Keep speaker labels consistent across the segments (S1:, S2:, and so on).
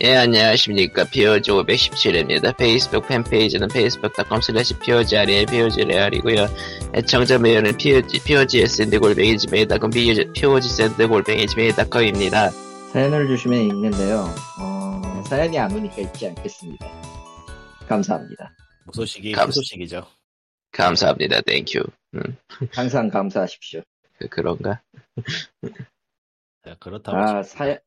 S1: 예, 안녕하십니까. POG 517입니다. 페이스북 팬페이지는 facebook.com slash POGREAL, POGREAL이고요. 애청자 메일은 POG, POGSND 골뱅이 지메일.com, POGSND 골뱅이 지메일.com입니다.
S2: 사연을 주시면 읽는데요. 어, 사연이 안 오니까 읽지 않겠습니다. 감사합니다.
S3: 무소식이
S1: 감-
S3: 희소식이죠.
S1: 감사합니다. 땡큐.
S2: 항상 감사하십시오.
S1: 그, 그런가?
S3: 자, 네, 그렇다고
S2: 아, 사,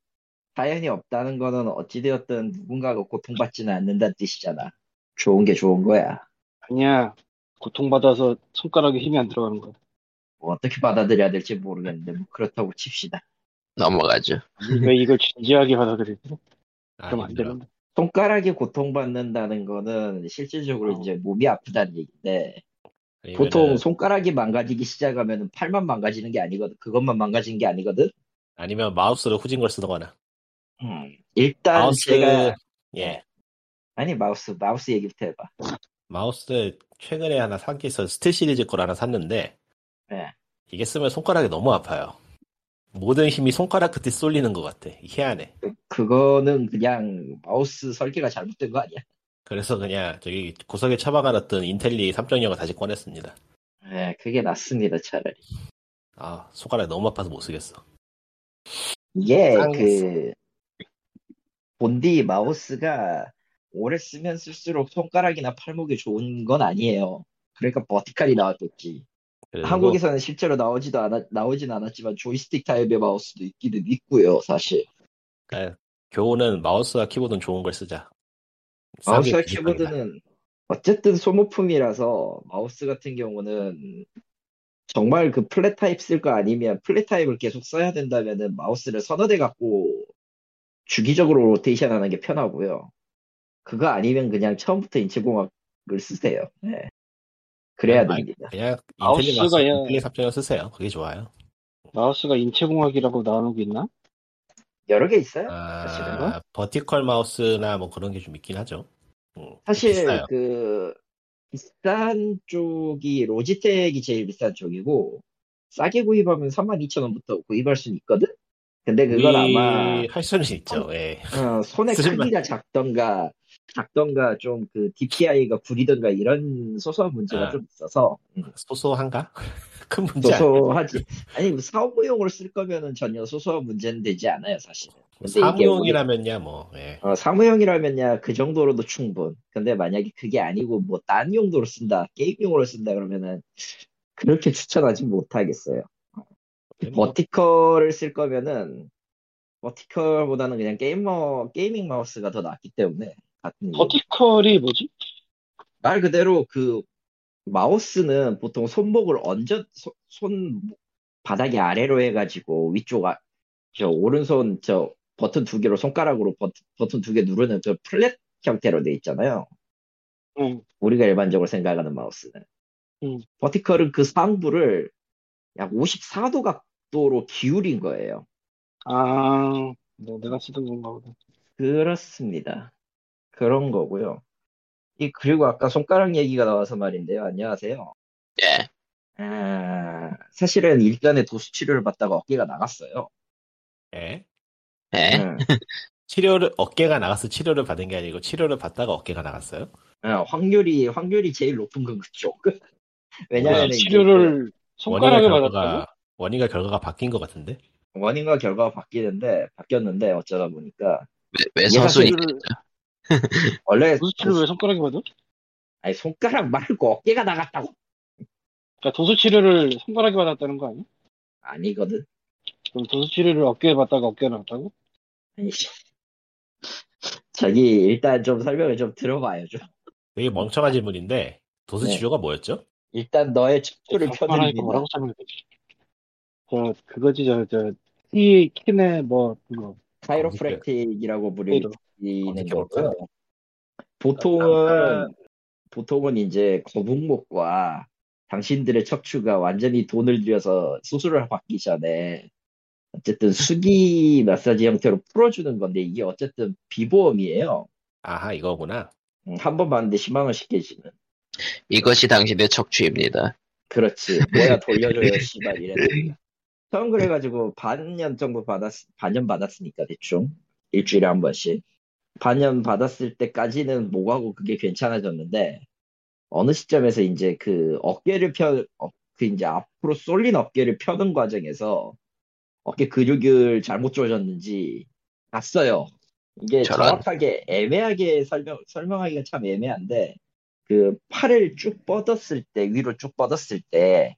S2: 사연이 없다는 거는 어찌되었든 누군가가 고통받지는 않는다는 뜻이잖아. 좋은 게 좋은 거야.
S4: 아니야. 고통받아서 손가락에 힘이 안 들어가는 거야.
S2: 뭐 어떻게 받아들여야 될지 모르겠는데, 뭐 그렇다고 칩시다.
S1: 넘어가죠.
S4: 왜 이걸 진지하게 받아들이지?
S3: 아,
S4: 그럼 안
S3: 힘들어.
S4: 되는데.
S2: 손가락이 고통받는다는 거는 실질적으로
S4: 어.
S2: 이제 몸이 아프다는 얘기인데,
S3: 아니면은
S2: 보통 손가락이 망가지기 시작하면 팔만 망가지는 게 아니거든. 그것만 망가지는 게 아니거든.
S3: 아니면 마우스를 후진 걸 쓰거나
S2: 음, 일단
S3: 마우스
S2: 제가 네.
S3: 예
S2: 아니 마우스 마우스 얘기부터 해봐.
S3: 마우스 최근에 하나 산 게 있어 스틸 시리즈 걸 하나 샀는데
S2: 네.
S3: 이게 쓰면 손가락이 너무 아파요. 모든 힘이 손가락 끝에 쏠리는 것 같아. 희한해.
S2: 그거는 그냥 마우스 설계가 잘못된 거 아니야?
S3: 그래서 그냥 저기 구석에 처박아놨던 인텔리 3.0을 다시 꺼냈습니다.
S2: 네, 그게 낫습니다 차라리.
S3: 아 손가락이 너무 아파서 못 쓰겠어.
S2: 이게
S3: 쌍-
S2: 그 본디 마우스가 오래 쓰면 쓸수록 손가락이나 팔목이 좋은 건 아니에요. 그러니까 버티칼이 나왔겠지.
S3: 그리고
S2: 한국에서는 실제로 나오지도 않아 나오진 않았지만 조이스틱 타입의 마우스도 있기는 있고요, 사실.
S3: 그러니까 교훈은 마우스와 키보드는 좋은 걸 쓰자. 싸게
S2: 마우스와
S3: 비싼 거다.
S2: 키보드는 어쨌든 소모품이라서 마우스 같은 경우는 정말 그 플랫 타입 쓸 거 아니면 플랫 타입을 계속 써야 된다면은 마우스를 서너 대 갖고 주기적으로 로테이션 하는 게 편하고요. 그거 아니면 그냥 처음부터 인체공학을 쓰세요. 네. 그래야
S3: 아니,
S2: 됩니다.
S3: 그냥 인텔리
S4: 마우스가
S3: 마우스
S4: 예.
S3: 인텔리 3.0 쓰세요. 그게 좋아요.
S4: 마우스가 인체공학이라고 나오는 게 있나?
S2: 여러 개 있어요. 사실은
S3: 아,
S2: 뭐?
S3: 버티컬 마우스나 뭐 그런 게 좀 있긴 하죠. 음,
S2: 사실
S3: 비싸요.
S2: 그 비싼 쪽이 로지텍이 제일 비싼 쪽이고 싸게 구입하면 32,000원부터 구입할 수는 있거든. 근데 그건
S3: 우리
S2: 아마
S3: 할 수는 있죠. 예.
S2: 어, 손의
S3: 쓸만-
S2: 크기가 작던가 작던가 좀 그 DPI가 구리던가 이런 소소한 문제가
S3: 아.
S2: 좀 있어서 음,
S3: 소소한가? 큰 문제. 아니야.
S2: 소소하지. 아니 뭐 사무용으로 쓸 거면은 전혀 소소한 문제는 되지 않아요 사실. 근데 이게
S3: 사무용이라면야 뭐. 예.
S2: 어, 사무용이라면야 그 정도로도 충분. 근데 만약에 그게 아니고 뭐 딴 용도로 쓴다, 게임용으로 쓴다 그러면은 그렇게 추천하지 못하겠어요.
S3: 뭐,
S2: 버티컬을 쓸 거면은 버티컬보다는 그냥 게이머 게이밍 마우스가 더 낫기 때문에 같은 이유.
S4: 버티컬이 뭐지?
S2: 말 그대로 그 마우스는 보통 손목을 얹어 손, 손 바닥이 아래로 해가지고 위쪽 아, 저 오른손 저 버튼 두 개로 손가락으로 버튼, 버튼 두 개 누르는 그 플랫 형태로 돼 있잖아요.
S4: 응.
S2: 우리가 일반적으로 생각하는 마우스는.
S4: 음.
S2: 버티컬은 그 상부를 약 54도 각도로 기울인 거예요.
S4: 아, 뭐 내가 쓰던 건가 보다.
S2: 그렇습니다. 그런 거고요. 이 그리고 아까 손가락 얘기가 나와서 말인데요. 안녕하세요.
S1: 예.
S2: 아, 사실은 일전에 도수 치료를 받다가 어깨가 나갔어요.
S3: 예.
S1: 예.
S2: 응.
S3: 치료를 어깨가 나가서 치료를 받은 게 아니고 치료를 받다가 어깨가 나갔어요.
S2: 어, 확률이 확률이 제일 높은 건 그쪽. 왜냐하면 이제
S4: 치료를 손가락에
S3: 원인과
S4: 받았다고?
S3: 원인과 결과가 바뀐 것 같은데.
S2: 그 원인과 결과가 바뀌는데 바뀌었는데 어쩌다 보니까
S1: 왜, 왜
S2: 얘가
S1: 선순위?
S4: 치료를,
S2: 원래
S4: 무슨 치료를 왜 손가락에 받아?
S2: 아니 손가락 말고 어깨가 나갔다고
S4: 그러니까 도수 치료를 손가락에 받았다는 거 아니야?
S2: 아니거든.
S4: 그럼 도수 치료를 어깨에 받다가 어깨에 나왔다고?
S2: 아니, 씨. 저기 일단 좀 설명을 좀 들어봐요 좀.
S3: 되게 멍청한 질문인데 도수
S2: 네.
S3: 치료가 뭐였죠?
S2: 일단 너의 척추를
S4: 하니까
S2: 펴드립니다.
S4: 뭐라고 설명해 되지? 저 그거지 저저 키 키네 뭐 그거 그,
S2: 카이로프랙틱이라고 부르는
S3: 어떻게
S2: 거고요.
S3: 볼까요?
S2: 보통은 보통은 이제 거북목과 당신들의 척추가 완전히 돈을 들여서 수술을 받기 전에 어쨌든 수기 마사지 형태로 풀어주는 건데 이게 어쨌든 비보험이에요.
S3: 아하 이거구나.
S2: 음, 한번 봤는데 10만 원씩 깨지는.
S1: 이것이 당신의 척추입니다.
S2: 그렇지. 뭐야 돌려줘요 씨발 이래. 처음 그래가지고 반년 정도 받았 반년 받았으니까 대충 일주일에 한 번씩. 반년 받았을 때까지는 뭐하고 그게 괜찮아졌는데 어느 시점에서 이제 그 어깨를 펴, 어, 그 이제 앞으로 쏠린 어깨를 펴는 과정에서 어깨 근육을 잘못 조졌는지 봤어요. 이게
S1: 저런.
S2: 정확하게 애매하게 설명 설명하기가 참 애매한데 그 팔을 쭉 뻗었을 때 위로 쭉 뻗었을 때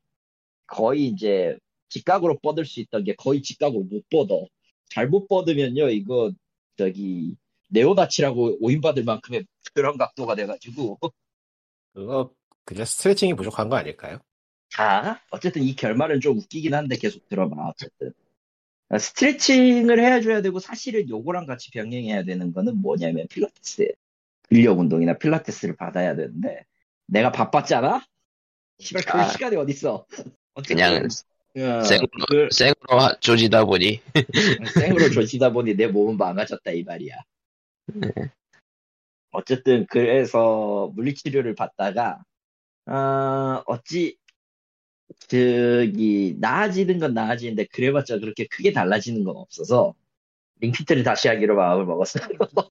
S2: 거의 이제 직각으로 뻗을 수 있던 게 거의 직각으로 못 뻗어. 잘못 뻗으면요 이거 저기 네오나치라고 오인받을 만큼의 그런 각도가 돼가지고
S3: 그거 그냥 스트레칭이 부족한 거 아닐까요?
S2: 자, 어쨌든 이 결말은 좀 웃기긴 한데 계속 들어봐, 어쨌든. 아, 스트레칭을 해줘야 되고 사실은 요거랑 같이 병행해야 되는 거는 뭐냐면 필라테스예요. 근력 운동이나 필라테스를 받아야 되는데 내가 바빴잖아? 씨발 그럴
S1: 아.
S2: 시간이 어딨어.
S1: 그냥
S2: 어,
S1: 생으로-
S2: 그-
S1: 생으로 하- 조지다 보니
S2: 생으로 조치다 보니 내 몸은 망가졌다 이 말이야. 어쨌든 그래서 물리치료를 받다가 아, 어찌 저기 나아지는 건 나아지는데 그래봤자 그렇게 크게 달라지는 건 없어서 링피트를 다시 하기로 마음을 먹었어요.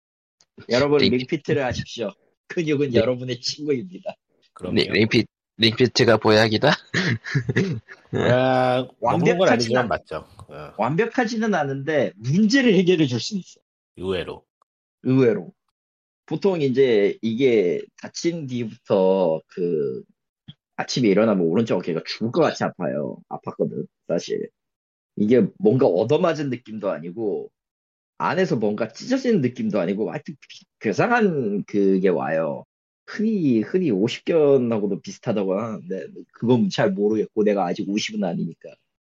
S2: 여러분
S1: 링-
S2: 링피트를 하십시오. 근육은
S1: 네.
S2: 여러분의 친구입니다.
S3: 그럼
S1: 링- 링피, 링피트가 보약이다?
S3: 그냥 예, 먹는 건
S2: 완벽하진
S3: 아니지만
S2: 않-
S3: 맞죠. 어,
S2: 완벽하지는 않은데 문제를 해결해 줄 수는 있어.
S3: 의외로
S2: 의외로. 보통 이제 이게 다친 뒤부터 그 아침에 일어나면 오른쪽 어깨가 죽을 것 같이 아파요. 아팠거든, 사실. 이게 뭔가 얻어맞은 느낌도 아니고 안에서 뭔가 찢어지는 느낌도 아니고 하여튼 비- 괴상한 그게 와요. 흔히 흔히 50견하고도 비슷하다고 하는데 그건 잘 모르겠고 내가 아직 50은 아니니까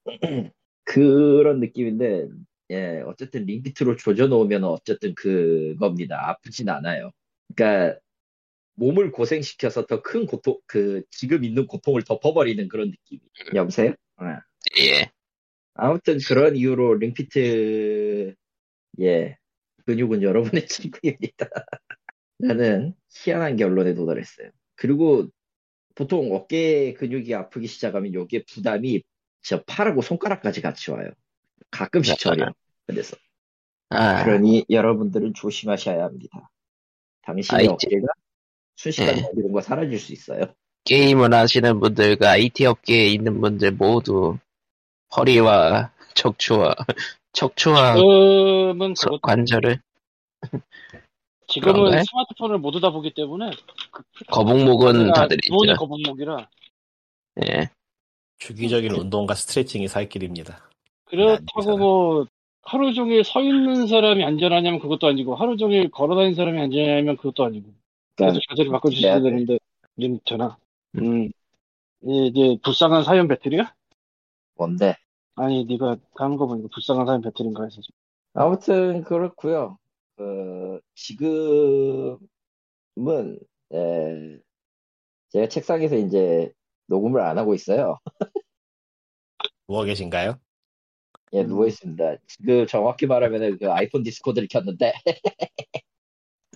S2: 그런 느낌인데 예, 어쨌든 링비트로 조져놓으면 어쨌든 그겁니다. 아프진 않아요. 그러니까 몸을 고생시켜서 더 큰 고통, 그 지금 있는 고통을 덮어버리는 그런 느낌. 여보세요? 어.
S1: 예.
S2: 아무튼 그런 이유로 링피트 예 근육은 여러분의 친구입니다. 라는 희한한 결론에 도달했어요. 그리고 보통 어깨 근육이 아프기 시작하면 여기에 부담이 저 팔하고 손가락까지 같이 와요. 가끔씩 저려. 그래서
S1: 아,
S2: 그러니 여러분들은 조심하셔야 합니다. 당신의
S1: 아이,
S2: 어깨가 순식간에
S1: 네.
S2: 어디론가 사라질 수 있어요.
S1: 게임을 하시는 분들과 IT 업계에 있는 분들 모두 허리와 척추와 척추와
S4: 지금은
S1: 서-
S4: 어, 그것
S1: 관절을
S4: 지금은
S1: 그런가요?
S4: 스마트폰을 모두 다 보기 때문에 그
S1: 거북목은
S4: 카메라
S1: 다들 있죠.
S4: 기본이 거북목이라
S1: 예.
S3: 주기적인 운동과 스트레칭이 살 길입니다.
S1: 네,
S4: 그렇다고 뭐 하루 종일 서 있는 사람이 안전하냐면 그것도 아니고 하루 종일 걸어다니는 사람이 안전하냐면 그것도 아니고 그래서 자세를 바꿔주셔야
S2: 네.
S4: 되는데 지금 전화 음 이- 이제 불쌍한 사연 배틀이야?
S2: 뭔데?
S4: 아니 네가 하는 거 보니까 불쌍한 사연 배틀인가 해서 지금.
S2: 아무튼 그렇고요. 그 지금은 에, 제가 책상에서 이제 녹음을 안 하고 있어요.
S3: 누워 계신가요?
S2: 예,
S4: 음.
S2: 누워 있습니다. 지금 정확히 말하면 그 아이폰 디스코드를 켰는데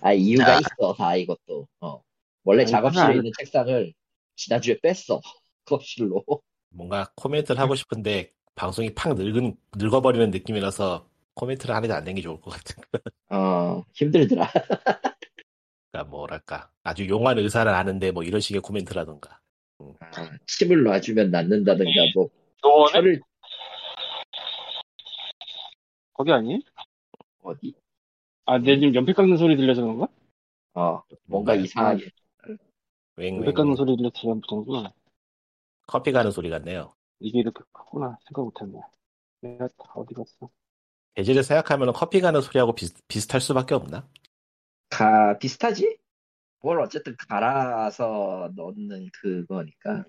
S2: 아 이유가
S1: 아.
S2: 있어 다 이것도. 어. 원래
S4: 아니,
S2: 작업실에
S4: 그건 안-
S2: 있는 책상을 지난주에 뺐어 거실로.
S3: 뭔가 코멘트를 하고 싶은데 방송이 팍 늙은 늙어버리는 느낌이라서 코멘트를 하는 게안 되는 게 좋을 것 같은.
S2: 어, 힘들더라.
S3: 그러니까 뭐랄까 아주 용한 의사를 아는데 뭐 이런 식의 코멘트라던가
S1: 아.
S2: 침을 놔주면 낫는다든가,
S1: 네.
S2: 뭐,
S1: 어,
S4: 노원에?
S2: 혀를,
S4: 거기 아니?
S2: 어디?
S4: 아 내 지금 연필 깎는 소리 들려서 그런가?
S2: 어, 뭔가
S1: 네.
S2: 이상하게.
S3: 웽웽
S1: 음.
S4: 연필 깎는 소리 들려서 그런 거구나
S3: 커피 가는 소리 같네요.
S4: 이게 이렇게 크구나 생각 못했네 내가 다 어디 갔어?
S3: 대지를 생각하면 커피 가는 소리하고 비슷, 비슷할 수밖에 없나?
S2: 가, 비슷하지? 뭘 어쨌든 갈아서 넣는
S1: 음.
S2: 그거니까.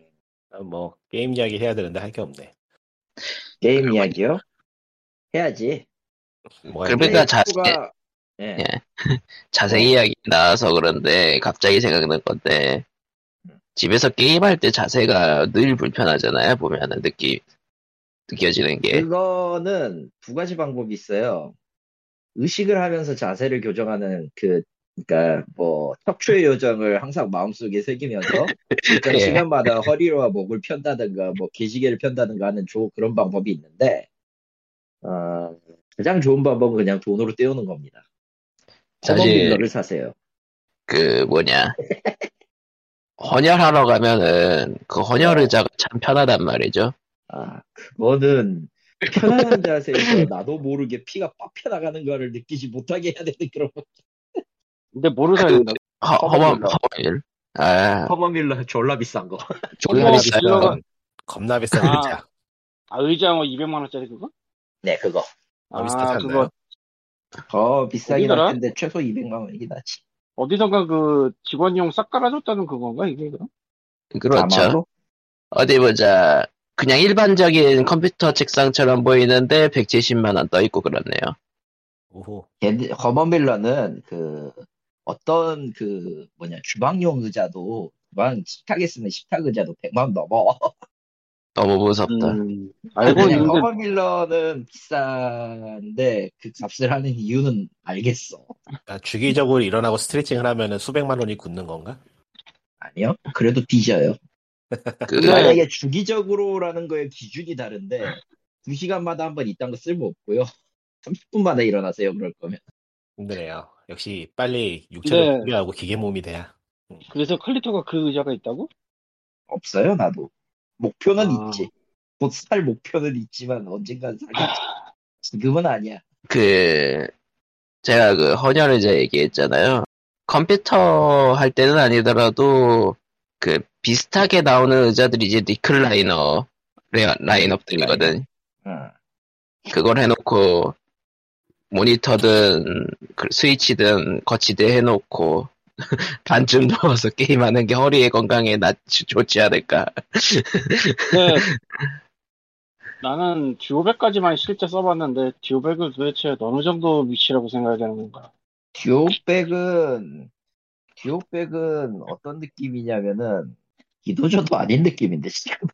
S3: 아, 뭐 게임 이야기 해야 되는데 할 게 없네.
S2: 게임 이야기요? 해야지.
S1: 그러니까
S3: 뭐가
S1: 그러면 그러니까
S3: 있나요?
S1: 자-
S2: 가 예.
S1: 예. 자세히 이야기 나와서 그런데 갑자기 생각난 건데 집에서 게임할 때 자세가 늘 불편하잖아요. 보면은 느끼 느껴지는 게
S2: 음. 그거는 두 가지 방법이 있어요. 의식을 하면서 자세를 교정하는 그, 그러니까 뭐 척추의 요정을 항상 마음속에 새기면서 일정
S1: 예.
S2: 시간마다 허리와 목을 편다든가 뭐 기지개를 편다든가 하는 조 그런 방법이 있는데 어, 가장 좋은 방법은 그냥 돈으로 때우는 겁니다. 컴온
S1: 사실-
S2: 빌러를 사세요.
S1: 그 뭐냐 헌혈하러 가면은 그 헌혈 의자가 참 편하단 말이죠.
S2: 아, 그거는 편안한 자세에서 나도 모르게 피가 빡 펴나가는 거를 느끼지 못하게 해야 되는 그런
S4: 근데 뭐를 사야
S1: 그-
S4: 된다고?
S1: 허- 허범
S2: 허범일러.
S1: 허범일. 아
S2: 커먼 빌러 졸라 비싼 거.
S1: 졸라
S4: 허범
S1: 비싸요.
S4: 빌러가-
S3: 겁나 비싼
S4: 아.
S3: 의자.
S4: 아, 의자 뭐 200만원짜리 그거?
S2: 네, 그거.
S3: 아,
S4: 아,
S3: 비슷하지 않나요?
S4: 그거
S2: 더 비싸긴
S4: 어디더라?
S2: 할 텐데 최소 200만 원이긴 하지.
S4: 어디선가 그 직원용 싹 깔아줬다는 그건가 이게 그럼?
S1: 그렇죠.
S2: 아마도?
S1: 어디 보자. 그냥 일반적인 컴퓨터 책상처럼 보이는데 170만 원 떠 있고 그렇네요.
S3: 오호.
S2: 걔네- 커먼 빌러는 그 어떤 그 뭐냐 주방용 의자도 주방 식탁에 쓰는 식탁 의자도 100만 원 넘어.
S1: 너무 무섭다.
S4: 음,
S3: 아,
S4: 알고
S2: 그냥
S4: 있는데
S2: 커먼 빌러는 비싼데 그 값을 하는 이유는 알겠어.
S3: 아, 주기적으로 일어나고 스트레칭을 하면은 수백만 원이 굳는 건가?
S2: 아니요? 그래도 뒤져요.
S1: 그
S4: 네.
S2: 만약에 주기적으로라는 거에 기준이 다른데 2시간마다 한 번 이딴 거 쓸모 없고요. 30분마다 일어나세요 그럴 거면.
S3: 힘드네요. 역시 빨리 육체를
S4: 네.
S3: 분리하고 기계 몸이 돼야.
S4: 그래서 칼리토가 그 의자가 있다고?
S2: 없어요, 나도. 목표는
S4: 아.
S2: 있지. 곧 살 목표는 있지만 언젠간 사겠지. 지금은 아니야.
S1: 그 제가 그 헌혈 의자 얘기했잖아요. 컴퓨터 할 때는 아니더라도 그 비슷하게 나오는 의자들이 이제 리클라이너 레- 라인업들이거든.
S2: 어.
S1: 그걸 해놓고 모니터든 그 스위치든 거치대 해놓고 반쯤 넣어서 게임하는 게 허리에 건강에 나 좋지 않을까.
S4: 네. 나는 듀오백까지만 실제 써봤는데 듀오백을 도대체 어느 정도 위치라고 생각해야 되는 건가?
S2: 듀오백은, 듀오백은 어떤 느낌이냐면은, 기도저도 아닌 느낌인데, 지금.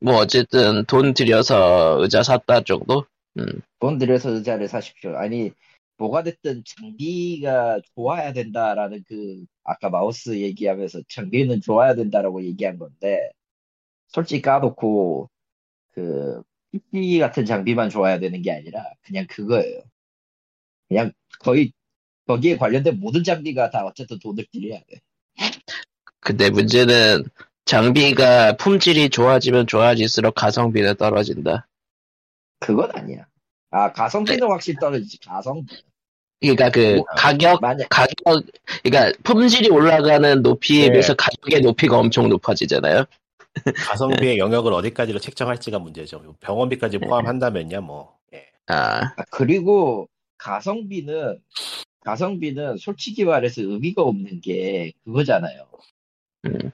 S1: 뭐 어쨌든 돈 들여서 의자 샀다 정도.
S2: 돈 들여서 의자를 사십시오. 아니, 뭐가 됐든 장비가 좋아야 된다라는 그, 아까 마우스 얘기하면서 장비는 좋아야 된다라고 얘기한 건데, 솔직히 까놓고, 그, PC 같은 장비만 좋아야 되는 게 아니라, 그냥 그거예요. 그냥 거의, 거기에 관련된 모든 장비가 다 어쨌든 돈을 들여야 돼.
S1: 근데 문제는 장비가 품질이 좋아지면 좋아질수록 가성비는 떨어진다.
S2: 그건 아니야. 아, 가성비는 확실히 떨어지지, 가성비.
S1: 그러니까 그
S2: 뭐,
S1: 가격
S2: 만약,
S1: 가격 그러니까 품질이 올라가는 높이에
S2: 네.
S1: 비해서 가격의 높이가 엄청 높아지잖아요.
S3: 가성비의 영역을 어디까지로 책정할지가 문제죠. 뭐
S4: 네.
S3: 병원비까지 포함한다면야 뭐. 예.
S1: 아
S2: 아, 그리고 가성비는 가성비는 솔직히 말해서 의미가 없는 게 그거잖아요.
S1: 음.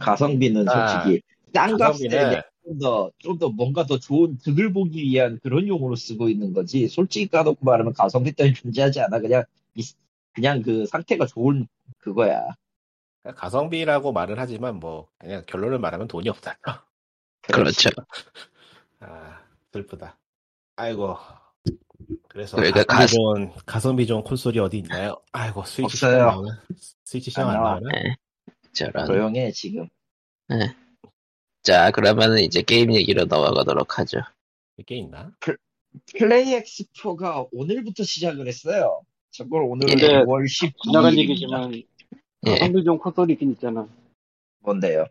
S2: 가성비는
S3: 아,
S2: 솔직히 싼
S3: 가성비는
S2: 값에 좀더좀 더 뭔가 더 좋은 득을 보기 위한 그런 용으로 쓰고 있는 거지. 솔직히 까놓고 말하면 가성비 때문에 존재하지 않아. 그냥 이- 그냥 그 상태가 좋은 그거야.
S3: 가성비라고 말은 하지만 뭐 그냥 결론을 말하면 돈이 없다.
S2: 네,
S1: 그렇죠.
S3: 아 슬프다. 아이고. 그래서
S1: 그러니까
S3: 가성비
S1: 가스-
S3: 좋은 가성비 좋은 콘솔이 어디 있나요? 아이고 스위치
S2: 없어요.
S3: 시험 안 나오나? 스위치 시험
S4: 아.
S3: 안
S2: 안 나와.
S3: 나오나?
S1: 저런.
S2: 조용해 지금.
S1: 자 그러면은 이제 게임 얘기로 넘어가도록 하죠.
S3: 이게 있나?
S2: 플레이 엑스포가 오늘부터 시작을 했어요. 참고로 오늘은
S4: 근데
S2: 5월 12일.
S4: 지나간 얘기지만
S2: 아,
S1: 예.
S4: 가성비용 콘솔이 있긴 있잖아.
S2: 뭔데요?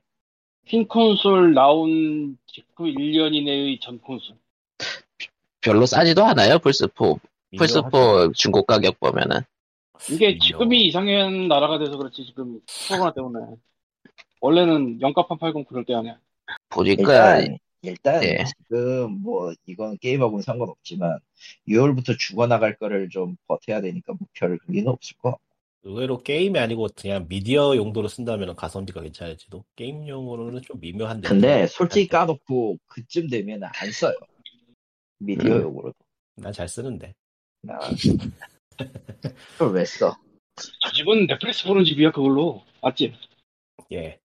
S4: 흰 콘솔 나온 직후 1년 이내의 전 콘솔.
S1: 별로 싸지도 않아요 플스4 플스4 중고 가격 보면은
S4: 이게
S1: 음, 어.
S3: 인정.
S4: 지금이 이상한 나라가 돼서 그렇지 지금 코로나 때문에. 원래는 영가판 80 그럴 때 아니야.
S1: 보니까
S2: 일단 일단
S1: 예.
S2: 지금 뭐 이건 게임하고는 상관없지만 6월부터 죽어나갈 거를 좀 버텨야 되니까 뭐 별 의미는 없을 거.
S3: 의외로 게임이 아니고 그냥 미디어 용도로 쓴다면 가성비가 괜찮을지도 게임용으로는 좀 미묘한데
S2: 근데 네. 솔직히 까놓고 그쯤 되면 안 써요. 미디어용으로도.
S3: 난잘 쓰는데
S2: 아, 그걸 왜 써?
S4: 저 집은 넷플릭스 보는 집이야 그걸로. 맞지?
S3: 예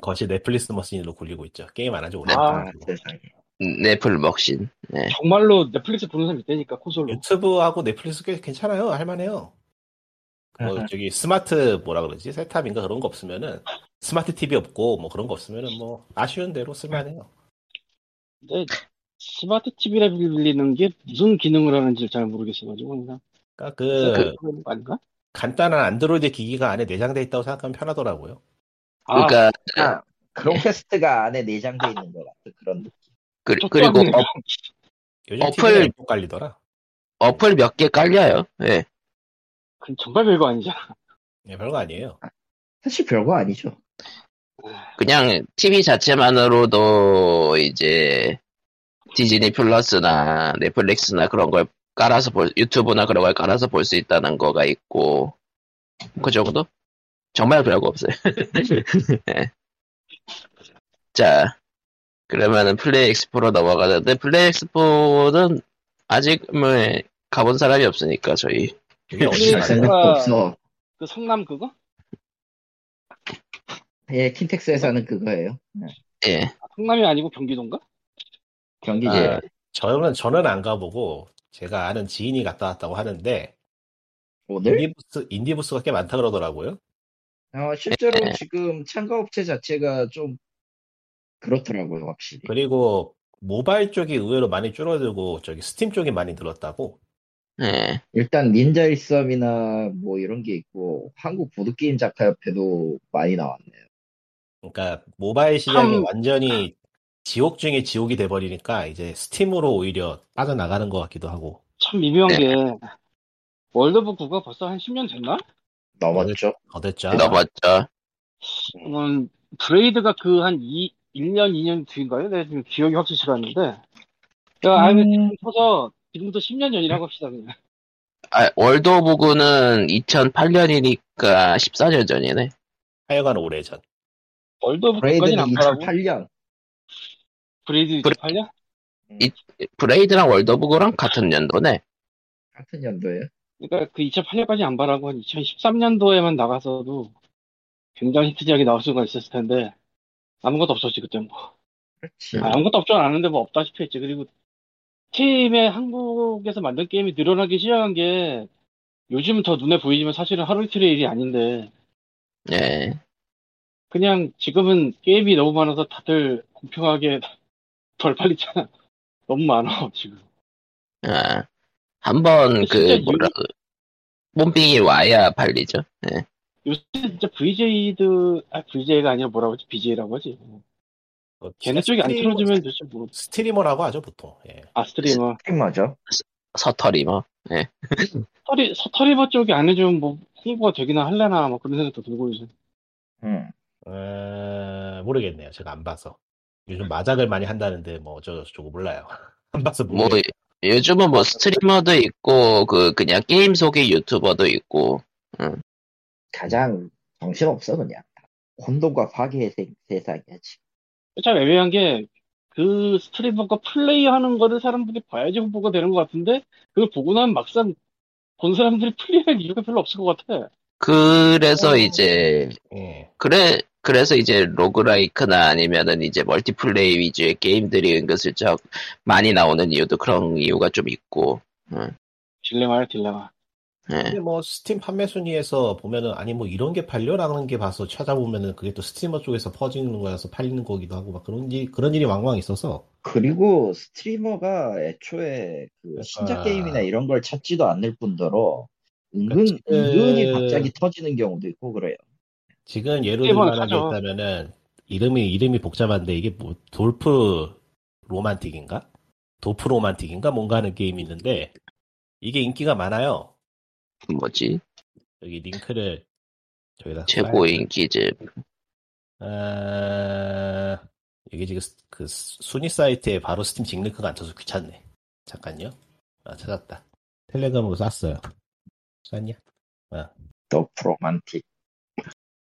S3: 거시 넷플릭스 머신으로 굴리고 있죠 게임 안 하지 오래
S2: 아,
S3: 됐어가지고.
S2: 세상에.
S1: 넷플 먹신. 네.
S4: 정말로 넷플릭스 보는 사람 있다니까 콘솔로.
S3: 유튜브하고 넷플릭스 꽤 괜찮아요 할만해요 뭐 저기 스마트 뭐라 그러지 세탑인가 그런 거 없으면은 스마트 TV 없고 뭐 그런 거 없으면은 뭐 아쉬운 대로 쓸만해요
S4: 근데 스마트 TV라 불리는 게 무슨 기능을 하는지 잘 모르겠어가지고 그냥
S3: 그러니까
S1: 네.
S3: 그
S4: 네, 그런 거 아닌가?
S3: 간단한 안드로이드 기기가 안에 내장돼 있다고 생각하면 편하더라고요.
S4: 아,
S1: 그러니까
S2: 아, 크롬캐스트가 안에 내장돼 있는 것 같은 그런 느낌.
S1: 그,
S4: 또
S1: 리고
S4: 떴네.
S3: 요즘
S1: 어플-
S3: TV가 일부 깔리더라.
S1: 어, 플 몇 개 깔려요. 예.
S4: 그건 정말 별거 아니잖아.
S3: 네, 별거 아니에요.
S2: 사실 별거 아니죠.
S1: 그냥 TV 자체만으로도 이제 디즈니 플러스나 넷플릭스나 그런 걸 깔아서 볼 유튜브나 그런 걸 깔아서 볼 수 있다는 거가 있고 그 정도? 정말 별거 없어요. 예. 자 그러면은 플레이 엑스포로 넘어가는데 플레이 엑스포는 아직 뭐 가본 사람이 없으니까 저희
S3: 이게 어디
S2: 갈
S3: 가요?
S4: 그러니까-
S2: 네, 생각도 없어.
S4: 그 성남 그거?
S2: 예, 킨텍스 회사는 그거예요. 네.
S1: 예
S4: 아, 성남이 아니고 경기도인가?
S2: 경기지.
S3: 아, 저는 저는 안 가보고 제가 아는 지인이 갔다 왔다고 하는데
S4: 네?
S2: 오늘?
S3: 인디부스 인디부스가 꽤 많다 그러더라고요.
S4: 네.
S2: 어, 실제로 지금 참가업체 자체가 좀 그렇더라고요, 확실히.
S3: 그리고 모바일 쪽이 의외로 많이 줄어들고 저기 스팀 쪽이 많이 늘었다고.
S1: 예.
S2: 일단 닌자 일섬이나 뭐 이런 게 있고 한국 보드게임 작가협회도 많이 나왔네요.
S3: 그러니까 모바일 시장이
S4: 참-
S3: 완전히 지옥 중에 지옥이 돼버리니까 이제 스팀으로 오히려 빠져나가는 것 같기도 하고.
S4: 참 미묘한
S1: 네.
S4: 게 월드북 구가 벌써 한 10년 됐나?
S2: 넘었죠.
S3: 어땠죠?
S1: 넘었죠.
S4: 음, 브레이드가 그 한 2, 1년, 2년 뒤인가요? 내가 지금 기억이 확실치가 않는데. 그러니까 아예 지금 퍼서 지금부터 10년 전이라고 합시다, 그냥.
S1: 아, 월드 오브 구는 2008년이니까 14년 전이네.
S3: 하여간 오래전.
S4: 월드북까지는
S2: 브레이드는
S4: 네. 안 팔라고?
S2: 2008년.
S4: 브레이드
S1: 브레-
S4: 2008년?
S1: 브레이드랑 월드 오브 구랑 같은 연도네.
S2: 같은 연도예요.
S4: 그러니까 그 2008년까지 안 바라고 한 2013년도에만 나가서도 굉장히 히트작이 나올 수가 있었을 텐데 아무것도 없었지 그때 뭐
S2: 그렇지.
S4: 아, 아무것도 없지 않았는데 뭐 없다시피 했지 그리고 팀의 한국에서 만든 게임이 늘어나기 시작한 게 요즘 더 눈에 보이지만 사실은 하루 이틀의 일이 아닌데
S1: 예.
S4: 그냥 지금은 게임이 너무 많아서 다들 공평하게 덜 팔리잖아 너무 많아 지금
S1: 아, 한번
S4: 진짜
S1: 그
S4: 유-
S1: 뭐라 그 몸빙이 와야 팔리죠.
S4: 요새 진짜 VJ들 아 VJ가 아니라 뭐라고 하지 BJ라고 하지
S3: 어,
S4: 걔네 쪽이 안
S3: 스트리머-
S4: 틀어지면 도대체 뭐
S3: 스트리머라고 하죠 보통. 예.
S4: 아 스트리머
S2: 팀머죠.
S1: 서터리 뭐.
S4: 서터리 서터리버 쪽이 안 해주면 뭐 홍보가 되기나 할래나 뭐 그런 생각도 들고 요새
S2: 응.
S3: 어, 모르겠네요. 제가 안 봐서. 요즘 마작을 많이 한다는데 뭐 어쩌고 저쩌고 몰라요. 안 봐서
S1: 뭐
S4: 예.
S3: 모르겠어요.
S1: 요즘은 뭐 스트리머도 있고 그 그냥 게임 소개 유튜버도 있고.
S2: 가장 정신없어 그냥. 혼돈과 파괴의 세- 세상이야지.
S4: 참 애매한 게 그 스트리머가 플레이하는 거를 사람들이 봐야지 홍보가 되는 것 같은데 그걸 보고 나면 막상 본 사람들이 플레이할 이유가 별로 없을 것 같아
S1: 그래서
S2: 어.
S1: 이제
S3: 예.
S1: 그래 그래서 이제 로그라이크나 아니면은 이제 멀티플레이 위주의 게임들이 은근슬쩍 많이 나오는 이유도 그런 이유가 좀 있고.
S4: 딜레마야 딜레마
S1: 예.
S3: 근데 뭐 스팀 판매 순위에서 보면은 아니 뭐 이런 게 팔려라는 게 봐서 찾아보면은 그게 또 스트리머 쪽에서 퍼지는 거라서 팔리는 거기도 하고 막 그런 일 그런 일이 왕왕 있어서
S2: 그리고 스트리머가 애초에 그
S4: 그러니까.
S2: 신작
S3: 아.
S2: 게임이나 이런 걸 찾지도 않을 뿐더러 은근
S3: 그치.
S2: 은근히 갑자기 터지는 경우도 있고 그래요.
S3: 지금 예로
S4: 일본
S3: 들만한 게
S4: 사죠.
S3: 있다면은 이름이 이름이 복잡한데 이게 뭐 돌프 로만틱인가 도프 로만틱인가 뭔가 하는 게임이 있는데 이게 인기가 많아요.
S2: 네.
S1: 뭐지?
S3: 여기 링크를 저기다
S1: 최고의 인기집.
S3: 아, 이게 지금 스- 그 스- 순위 사이트에 바로 스팀 직링크가 안 쳐서 귀찮네. 잠깐요. 아, 찾았다. 텔레그램으로 쌌어요. 쌌냐?
S2: 더 프로만틱.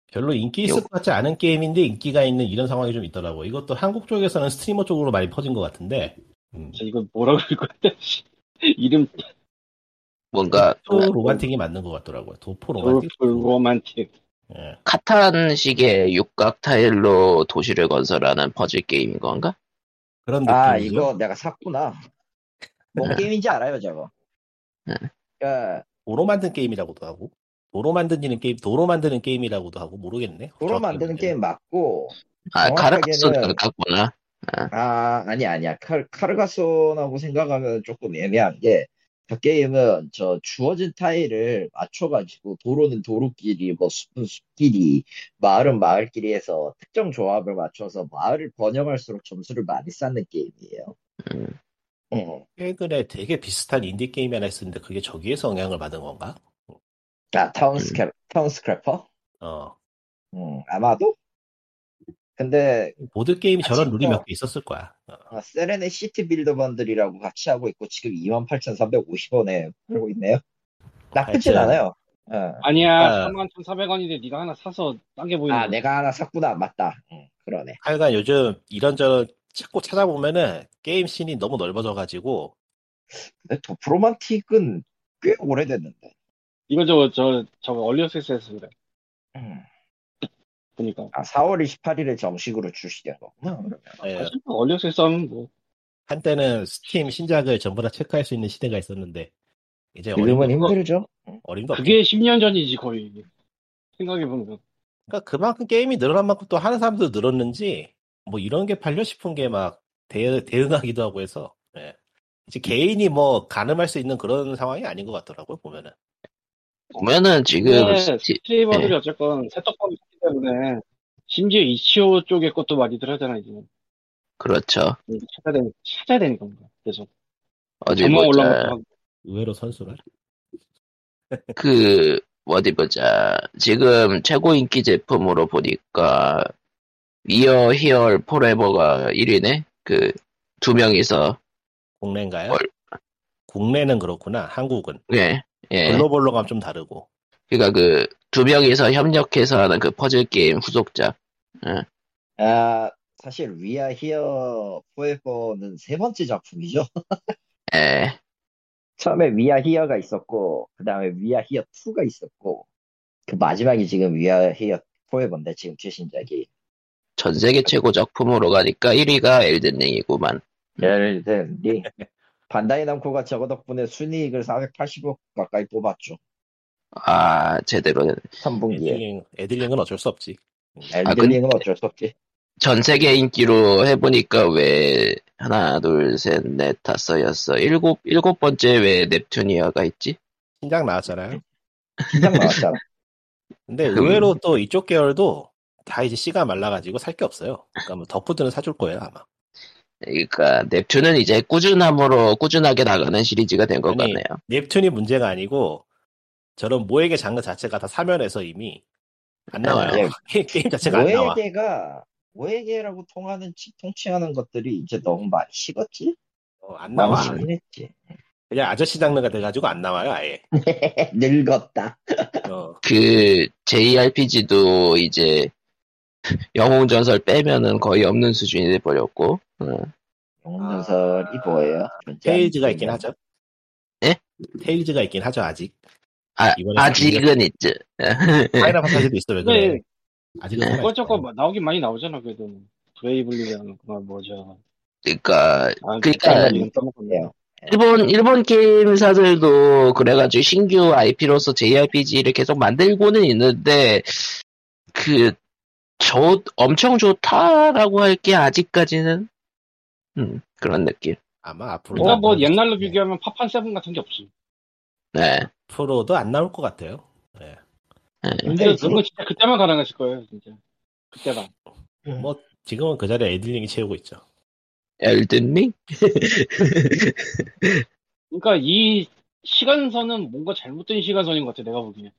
S3: 별로 인기 있을
S1: 요-
S3: 것 같지 않은 게임인데 인기가 있는 이런 상황이 좀 있더라고. 이것도 한국 쪽에서는 스트리머 쪽으로 많이 퍼진 것 같은데. 음.
S4: 저 이거 뭐라 그럴 것 같아 씨. 이름
S1: 뭔가
S3: 도포 로만틱이 맞는 것 같더라고요. 도포 로만틱.
S4: 골프 음. 로만틱
S3: 예.
S1: 카탄식의 육각 타일로 도시를 건설하는 퍼즐 게임인 건가?
S3: 그런 느낌이죠.
S2: 아 이거 내가 샀구나. 뭔 게임인지 알아요 저거.
S1: 네.
S2: 그러니까
S3: 도로 만든 게임이라고도 하고. 도로 만드는 게임, 도로 만드는 게임이라고도 하고 모르겠네.
S2: 도로
S3: 정확하게
S2: 만드는
S3: 보면은.
S2: 게임 맞고
S1: 아
S2: 정확하게는-
S1: 카르카스는 같구나.
S3: 네.
S2: 아, 아니, 아니야. 칼, 카르가손하고 생각하면 조금 애매한 게, 그 게임은 저 주어진 타일을 맞춰가지고, 도로는 도로끼리, 뭐 숲은 숲끼리, 마을은 마을끼리 해서 특정 조합을 맞춰서 마을을 번영할수록 점수를 많이 쌓는 게임이에요.
S1: 음.
S2: 어.
S3: 최근에 되게 비슷한 인디 게임이 하나 있었는데 그게 저기에서 영향을 받은 건가?
S2: 아,
S1: 음.
S2: 타운 스크래, 타운 스크래퍼?
S3: 어
S2: 음, 아마도? 근데,
S4: 그러니까.
S3: 보드 게임이 저런
S2: 아직도-
S3: 룰이 몇 개 있었을 거야. 어.
S2: 어, 세레네 시티 빌더 번들이라고 같이 하고 있고, 지금 28,350원에 팔고
S4: 음.
S2: 있네요. 나쁘진
S3: 하여튼
S2: 않아요. 어.
S4: 아니야,
S3: 아.
S4: 34,400원인데 네가 하나 사서 딴 게 보이는
S2: 아,
S4: 거야.
S1: 네.
S2: 내가 하나 샀구나. 맞다. 응, 그러네.
S3: 하여간 요즘 이런저런 찾고 찾아보면은 게임 씬이 너무 넓어져가지고
S2: 근데 도프로만틱은 꽤 오래됐는데.
S4: 이거 저거 저 저거 얼리어세스에서 그래.
S2: 음.
S4: 보니까
S2: 아, 4월 28일에 정식으로 출시된 거구나. 아, 그러면.
S3: 예,
S1: 네.
S4: 사실 얼리어세스 하면 뭐
S3: 한때는 스팀 신작을 전부 다 체크할 수 있는 시대가 있었는데 이제
S2: 지금은
S3: 어림도,
S2: 힘들죠.
S3: 어림도 없죠.
S4: 그게 10년 전이지 거의 생각해 보면
S3: 그러니까 그만큼 게임이 늘어난 만큼 또 하는 사람도 늘었는지 뭐 이런 게 팔려 싶은 게 막 대응하기도 하고 해서 예. 이제 개인이 뭐 가늠할 수 있는 그런 상황이 아닌 것 같더라고요 보면은
S1: 보면은 지금
S2: 네.
S4: 근데
S1: 스티,
S4: 스트리머들이
S1: 네.
S4: 어쨌건 세탁법이 있기 때문에 심지어 이치오 쪽의 것도 많이들 하잖아 이제
S1: 그렇죠.
S4: 찾아야 되는 찾아야 되는 건가 계속
S1: 어디
S4: 전망
S1: 보자.
S4: 올라가고
S3: 의외로 선수를
S1: 그 어디 보자. 지금 최고 인기 제품으로 보니까 이어 히얼 포레버가 1위네. 그 두 명이서
S3: 국내인가요?
S1: 뭘.
S3: 국내는 그렇구나 한국은
S1: 예. 예.
S3: 글로벌로 가면 좀 다르고
S1: 그러니까 그 두 명이서 협력해서 하는 그 퍼즐 게임 후속작.
S2: 아, 사실 위아 히어 포에버는 세 번째 작품이죠.
S1: 예.
S2: 처음에 위아 히어가 있었고, 그 다음에 위아 히어 2가 있었고, 그 마지막이 지금 위아 히어 포에버인데 지금 최신작이.
S1: 전 세계 최고 작품으로 가니까 1위가 엘든 링이구만.
S3: 음.
S2: 예를 들면 이 반다이 남코가 저거 덕분에 순이익을 480억 가까이 뽑았죠.
S1: 아, 제대로. 된-
S2: 3분기에.
S3: 애들링, 애들링은 어쩔 수 없지 예. 아,
S2: 엘든링은 어쩔 수 없지.
S1: 전 세계 인기로 해보니까 왜, 하나, 둘, 셋, 넷, 다섯, 여섯, 일곱, 일곱 번째 왜 넵튜니아가 있지?
S3: 신작 나왔잖아요
S2: 긴장 나왔잖아.
S3: 근데
S1: 음.
S3: 의외로 또 이쪽 계열도 다 이제 씨가 말라가지고 살 게 없어요 그러니까 뭐 덕후들은 사줄 거예요 아마
S1: 그러니까, 넵튠은 이제 꾸준함으로 꾸준하게 나가는 시리즈가 된 것
S3: 아니.
S1: 같네요.
S3: 넵튠이 문제가 아니고 저런 모에게 장르 자체가 다 사면에서 이미 안 나와요. 게임 자체가 안 나와.
S2: 모에게가 모에게라고 통하는 치- 통치하는 것들이 이제 너무 많이 식었지?
S3: 어, 안
S2: 많이
S1: 나와.
S3: 나와.
S2: 식긴 했지.
S3: 그냥 아저씨 장르가 돼가지고 안 나와요 아예.
S2: 늙었다.
S3: 어,
S1: 그, JRPG도 이제, 영웅전설 빼면은 거의 없는 수준이 돼버렸고, 응.
S2: 영웅전설이 뭐예요? 존재하는
S3: 테일즈가 아, 있긴
S2: 게임이야.
S3: 하죠.
S1: 예?
S3: 테일즈가 있긴 하죠 아직.
S1: 아,
S3: 이번에 그
S1: 아직은 있지. 예.
S3: 파이널 판타지도 있어 왜 그래?
S4: 근데 네.
S3: 아직은
S1: 네.
S3: 살아있어요.
S4: 어쩔거 나오긴 많이 나오잖아 그래도 브레이블리라는 그만 뭐죠
S1: 그러니까,
S4: 아,
S1: 그러니까
S4: 이름 까먹었네요
S1: 일본, 일본 게임사들도 그래가지고 신규 IP로서 JRPG를 계속 만들고는 있는데, 그, 좋, 엄청 좋다라고 할 게 아직까지는, 음, 그런 느낌.
S3: 아마
S2: 그러니까
S3: 앞으로도
S4: 뭔가
S3: 안
S4: 뭐
S3: 나올
S4: 옛날로
S3: 것 같아요.
S4: 비교하면 파판 세븐 같은 게 없지
S1: 네.
S3: 앞으로도 안 나올 것 같아요.
S4: 근데
S2: 지금-
S4: 그런 거 진짜 그때만 가능했을 거예요 진짜 그때만
S2: 음.
S3: 뭐 지금은 그 자리에 애들링이 채우고 있죠.
S1: 엘든링?
S4: 그러니까 이 시간선은 뭔가 잘못된 시간선인 것 같아 내가 보기엔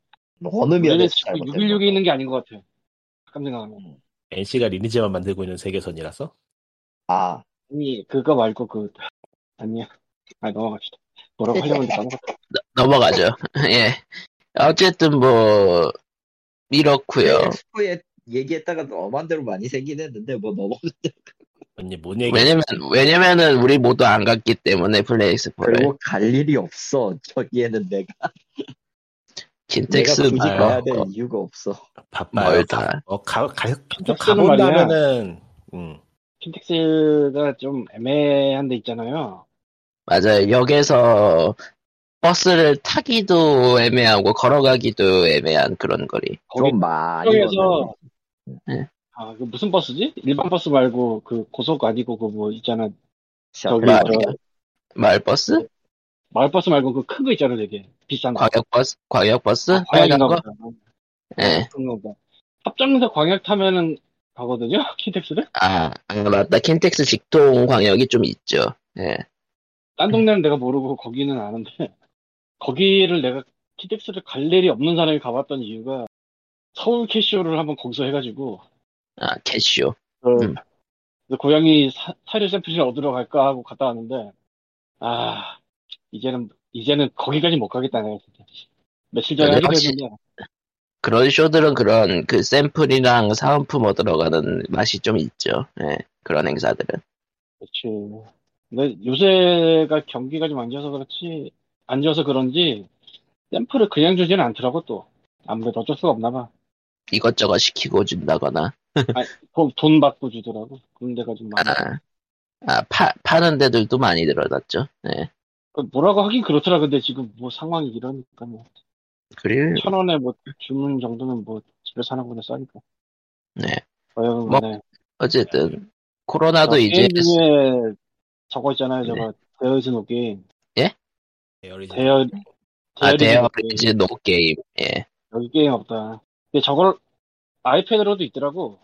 S2: 어느 면에서
S4: 지금
S2: 잘못된
S4: 616이
S2: 거야?
S4: 있는 게 아닌 것 같아 가끔 생각하면
S3: NC가 리니지만 만들고 있는 세계선이라서
S2: 아,
S4: 아니 그거 말고 그 아니야 아 넘어갑시다
S2: 네.
S4: 뭐라고 하려고 했는데 까먹었다
S1: 넘어가죠. 예. 어쨌든 뭐, 이렇구요.
S2: 엑스포에 얘기했다가 너만대로 많이 생긴 했는데 뭐 넘어
S3: 언니 뭔
S2: 네.
S3: 얘기?
S1: 왜냐면, 왜냐면은 우리 모두 안 갔기 때문에 플레이스포를.
S2: 그리고 갈 일이 없어. 저기에는 내가 내가
S1: 킨텍스
S2: 굳이
S3: 봐요.
S2: 가야 될
S1: 말고,
S2: 이유가 없어.
S3: 바빠요.
S1: 멀다.
S3: 어, 가, 가, 좀
S4: 텍스는 말이야.
S3: 가본다면은, 음,
S4: 킨텍스가 좀 애매한 데 있잖아요
S1: 맞아요. 역에서 버스를 타기도 애매하고 걸어가기도 애매한 그런 거리.
S4: 거기
S2: 좀 아, 많이.
S4: 쪽에서
S2: 걸렸네.
S1: 네.
S4: 아, 그 무슨 버스지? 일반 버스 말고 그 고속 아니고 그 뭐 있잖아. 저기
S1: 마을,
S4: 저
S1: 마을버스?
S4: 마을 버스 말고 그 큰 거 있잖아, 되게 비싼 거.
S1: 광역버스? 광역버스? 빨간
S4: 광역인가
S1: 거?
S4: 아, 보다.
S1: 예.
S4: 그런가 보다. 합정에서 광역 타면은 가거든요, 키텍스를.
S1: 아, 아, 맞다. 킨텍스 직통 광역이 좀 있죠. 예.
S4: 딴 동네는 내가 모르고 거기는 아는데 거기를 내가 키텍스를 갈 일이 없는 사람이 가봤던 이유가 서울 캐시오를 한번 거기서 해가지고
S1: 아, 캐쇼. 음.
S4: 그래서 고양이 사- 사료 샘플을 얻으러 갈까 하고 갔다 왔는데 아 이제는 이제는 거기까지 못 가겠다 내가 진짜. 며칠 전에
S1: 그래,
S4: 하기로
S1: 역시.
S4: 했는데
S1: 그런 쇼들은 그런 그 샘플이랑 사은품 얻으러 가는 맛이 좀 있죠. 예. 그런 행사들은.
S4: 그렇지 근데 요새가 경기가 좀 안 좋아서 그렇지 안 좋아서 그런지 샘플을 그냥 주지는 않더라고 또 아무래도 어쩔 수가 없나 봐
S1: 이것저것 시키고 준다거나.
S4: 그럼 돈 받고 주더라고. 그런 데가 좀 많아.
S1: 아, 아, 파, 파는 데들도 많이 들어갔죠. 예.
S4: 그 뭐라고 하긴 그렇더라. 근데 지금 뭐 상황이 이러니까 뭐.
S1: 그리고,
S4: 천 원에 뭐 주문 정도면 뭐 집에 사는 거나 싸니까.
S1: 네.
S4: 어여간
S1: 뭐,
S4: 간에.
S1: 어쨌든, 코로나도
S4: 네. 아,
S1: 이제, 네.
S4: 게임 중에 저거 있잖아요. 저거 데어 이즈 노 게임.
S3: 에어리지.
S4: 데어
S1: 아,
S4: 데어
S1: 데어
S4: 이즈 노 게임.
S1: 이제 노게임. 예.
S4: 여기 게임 없다. 근데 저걸 아이패드로도 있더라고.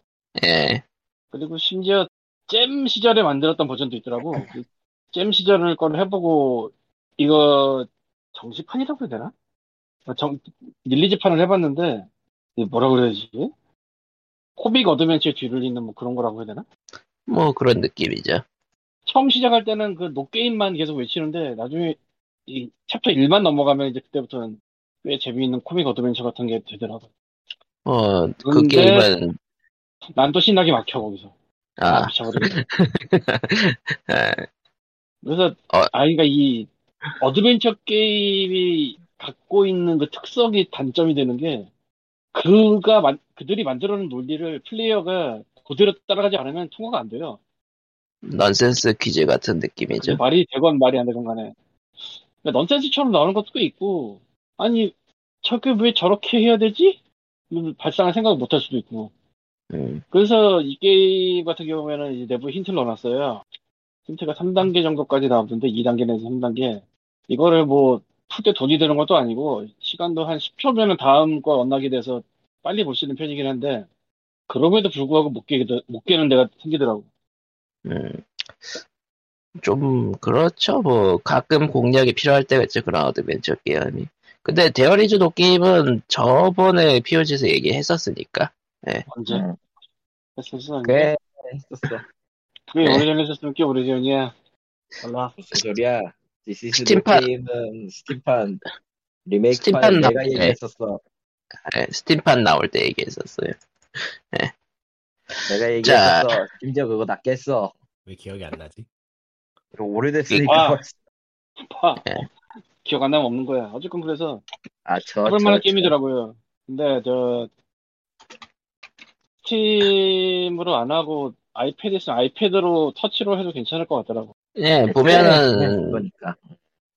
S1: 예.
S4: 그리고 심지어 잼 시절에 만들었던 버전도 있더라고. 그잼 시절을 걸 해보고 이거 정식판이라고 해야 되나? 어, 정 릴리즈판을 해봤는데 이게 뭐라 그래야지? 코빅 어드벤처 뒤를 잇는 뭐 그런 거라고 해야 되나?
S1: 뭐 그런
S4: 네.
S1: 느낌이죠.
S4: 처음 시작할 때는 그 노게임만 계속 외치는데 나중에 이 챕터 1만 넘어가면 이제 그때부터는 꽤 재미있는 코믹 어드벤처 같은 게 되더라고.
S1: 어, 그
S4: 근데-
S1: 게임은,
S4: 난 또 신나게 막혀 거기서. 아,
S1: 아,
S4: 미쳐버리겠다.
S1: 예.
S4: 그래서
S1: 어.
S4: 아 그러니까 이 어드벤처 게임이 갖고 있는 그 특성이 단점이 되는 게 그가 만- 그들이 만들어놓은 논리를 플레이어가 그대로 따라가지 않으면 통과가 안 돼요.
S1: 넌센스 퀴즈 같은
S4: 그게
S1: 느낌이죠.
S4: 말이 되건 말이 안 되건 간에 그러니까 넌센스처럼 나오는 것도 꽤 있고 아니 저게 왜 저렇게 해야 되지? 이런 발상을 생각 못 할 수도 있고
S1: 음,
S4: 그래서 이 게임 같은 경우에는 이제 내부에 힌트를 넣어놨어요. 힌트가 3단계 정도까지 나오는데 2단계 내지 3단계. 이거를 뭐, 풀 때 돈이 드는 것도 아니고, 시간도 한 10초면은 다음 거 언락이 돼서 빨리 볼 수 있는 편이긴 한데, 그럼에도 불구하고 못 깨게, 못 깨는 데가 생기더라고.
S1: 음. 좀, 그렇죠. 뭐, 가끔 공략이 필요할 때가 있죠. 그런 어드벤처 게임이. 근데 데어리즈 도게임은 저번에 POG에서 얘기했었으니까.
S4: 언제?
S2: 음.
S4: 했었어?
S1: 꽤,
S2: 했었어.
S4: 그게
S1: 네.
S4: 오래전에 했었으면 꽤 오래전이야. 몰라.
S2: 무슨 소리야? This is the
S1: 스팀판.
S2: game은 스팀판 리메이크
S1: 스팀판
S2: 판을
S1: 나-
S2: 내가
S1: 네.
S2: 얘기했었어.
S1: 예, 스팀판 나올 때 얘기했었어요.
S2: 내가 얘기했었어. 심지어 그거 낫겠어.
S3: 왜 기억이 안 나지?
S2: 이거 오래됐으니까.
S4: 아. 봐.
S1: 네.
S4: 기억 안 나면 없는 거야. 어쨌건 그래서,
S2: 아, 저.
S4: 해볼 만한
S2: 저-
S4: 게임이더라고요. 근데 저 스팀으로 안 하고 아이패드 있으면 아이패드로 터치로 해도 괜찮을 것 같더라고.
S1: 예,
S2: 네,
S1: 보면은,
S2: 그거니까.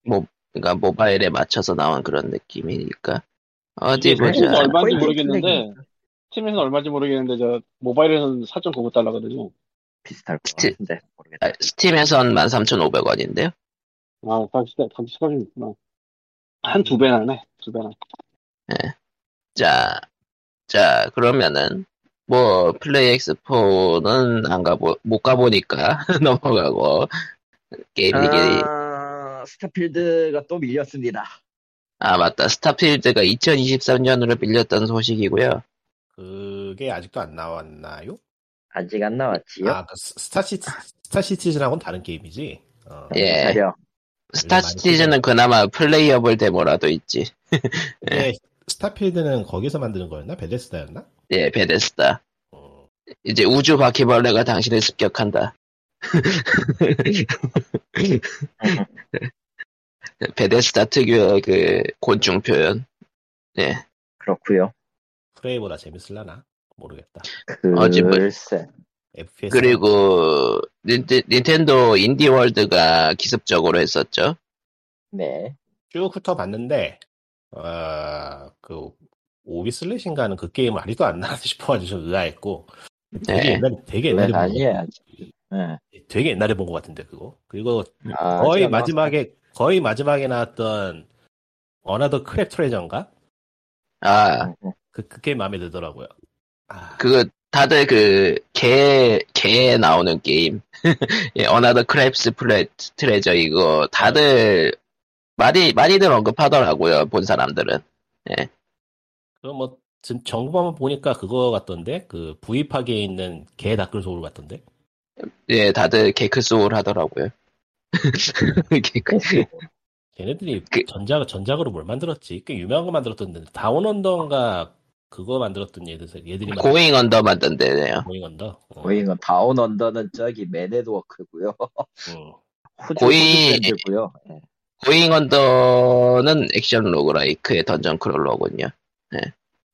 S1: 그러니까 모바일에 맞춰서 나온 그런 느낌이니까. 어디
S4: 이게
S1: 보자.
S4: 스팀에서 얼마인지
S2: 거의 뭐
S4: 모르겠는데
S2: 넷플릭이니까.
S4: 스팀에서 얼마인지 모르겠는데 저 모바일에서는 4.99달러거든요.
S2: 비슷할 것
S1: 스팀.
S2: 같은데. 모르겠다.
S1: 아, 스팀에선 13,500원인데요.
S4: 아, 당시대 당시가 좀 있구나. 한 두 배나 하네. 두 배나.
S1: 자, 자, 그러면은, 뭐, 플레이 엑스포는 안 가보, 못 가보니까 넘어가고, 게임 얘기,
S2: 아, 스타필드가 또 밀렸습니다.
S1: 아, 맞다. 스타필드가 2023년으로 밀렸다는 소식이고요.
S3: 그게 아직도 안 나왔나요?
S2: 아직 안 나왔지요?
S3: 아, 그 스- 스타시티, 스타시티즌하고는 다른 게임이지. 어.
S2: 네,
S1: 예.
S2: 기다려.
S1: 스타시티즌은 그나마 플레이어블 데모라도 있지.
S3: 근데 스타필드는 거기서 만드는 거였나? 벨레스다였나?
S1: 예, 베데스다.
S3: 어.
S1: 이제 우주 바퀴벌레가 당신을 습격한다. 베데스다 특유의 그 곤충 표현.
S2: 그렇구요.
S3: 프레이보다 재밌을라나? 모르겠다.
S2: 글
S1: 어찌 뭐-
S2: 쎄
S3: FPS.
S1: 그리고 닌테- 닌텐도 인디월드가 기습적으로 했었죠.
S2: 네.
S3: 쭉 훑어봤는데, 어, 그, 오비슬래신가는 그 게임 아직도 안 나왔나 싶어가지고 좀 의아했고, 되게
S1: 네.
S3: 옛날에 되게 옛날에
S2: 예. 그건
S3: 본것
S2: 아니에요. 네.
S3: 같- 되게 옛날에 본 것 같은데 그거 그리고
S2: 아,
S3: 네.
S2: 아직
S3: 거의
S2: 안
S3: 마지막에 거의 마지막에 나왔던 어나더 크랩 트레저인가
S1: 아,
S2: 나왔어요. 네.
S3: 그 그게 마음에 들더라고요. 아,
S1: 그거 다들 그 개, 개 나오는 게임. 예, 어나더 크랩스 플레 트레저 이거 다들 많이 많이들 언급하더라고요. 본 사람들은.
S3: 그럼 뭐 지금 정보만 보니까 그거 같던데 그 부입하기에 있는 개 닭글 소울 같던데
S1: 예, 다들 개크 소울 하더라고요.
S2: 음.
S1: 개크.
S3: 걔네들이
S1: 그-
S3: 전작 전작으로 뭘 만들었지 꽤 유명한 거 만들었던데 다운 언더인가 그거 만들었던 얘들 얘들이 만든
S1: 고잉 언더 만든데네요.
S3: 고잉 언더 어,
S2: 거의 이건 다운 언더는 저기 맨네드워크고요
S3: 어.
S2: 호주
S1: 거의-
S2: 밴드고요. 네.
S1: 고잉 언더는 액션 로그라이크의 던전 크롤러군요.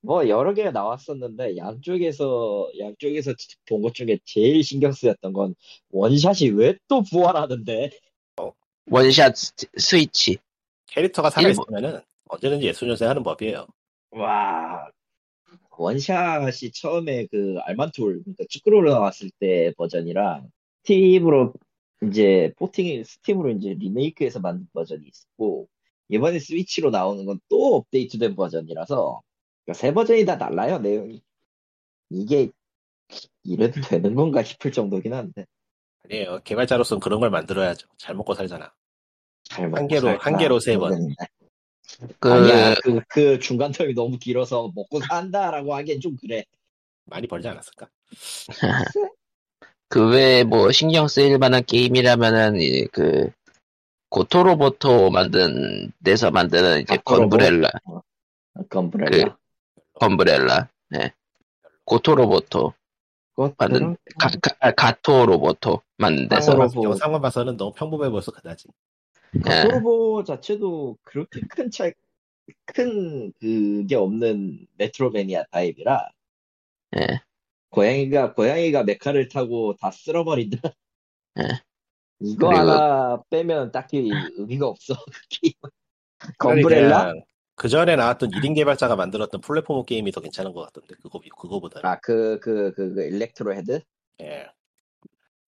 S2: 뭐 여러 개가 나왔었는데 양쪽에서 양쪽에서 본 것 중에 제일 신경 쓰였던 건 원샷이 왜 또 부활하는데
S1: 원샷 스- 스위치.
S3: 캐릭터가
S2: 뭐
S3: 살아있으면은 언제든지 예술연생하는 법이에요.
S2: 와 원샷이 처음에 그 알만툴 그러니까 축구로 나왔을 때 버전이랑 스팀으로 이제 포팅 스팀으로 이제 리메이크해서 만든 버전이 있었고 이번에 스위치로 나오는 건 또 업데이트된 버전이라서 그러니까 세 버전이 다 달라요 내용이 이게 이래도 되는 건가 싶을 정도긴 한데
S3: 아니에요. 개발자로서는 그런 걸 만들어야죠. 잘 먹고 살잖아.
S2: 잘
S3: 한 개로- 한 개로 세 번.
S1: 그
S2: 아니야 그, 그 중간 텀이 너무 길어서 먹고 산다라고 하기엔 좀 그래
S3: 많이 벌지 않았을까?
S1: 그 외에 뭐 신경 쓰일 만한 게임이라면은 이 그 고토로보토 만든 데서 만드는 이제
S2: 고토로보?
S1: 건브렐라
S2: 건브렐라
S1: 건브렐라 네 고토로보토
S2: 그것들은
S1: 가, 가, 아, 가토로보토 만든 데서
S2: 고토로-
S3: 상황만, 영상만 봐서는 너무 평범해 보여서 그다지.
S1: 예.
S2: 토르보 자체도 그렇게 큰 차이 큰 그게 없는 메트로베니아 타입이라
S1: 예.
S2: 고양이가 고양이가 메카를 타고 다 쓸어버린다
S1: 예.
S2: 이거
S1: 그리고-
S2: 하나 빼면 딱히 의미가 없어 그 건브렐라
S3: 그 전에 나왔던 1인 개발자가 만들었던 플랫폼 게임이 더 괜찮은 것 같던데 그거 그거보다.
S2: 아 그 그 그 그 일렉트로 헤드
S3: 예.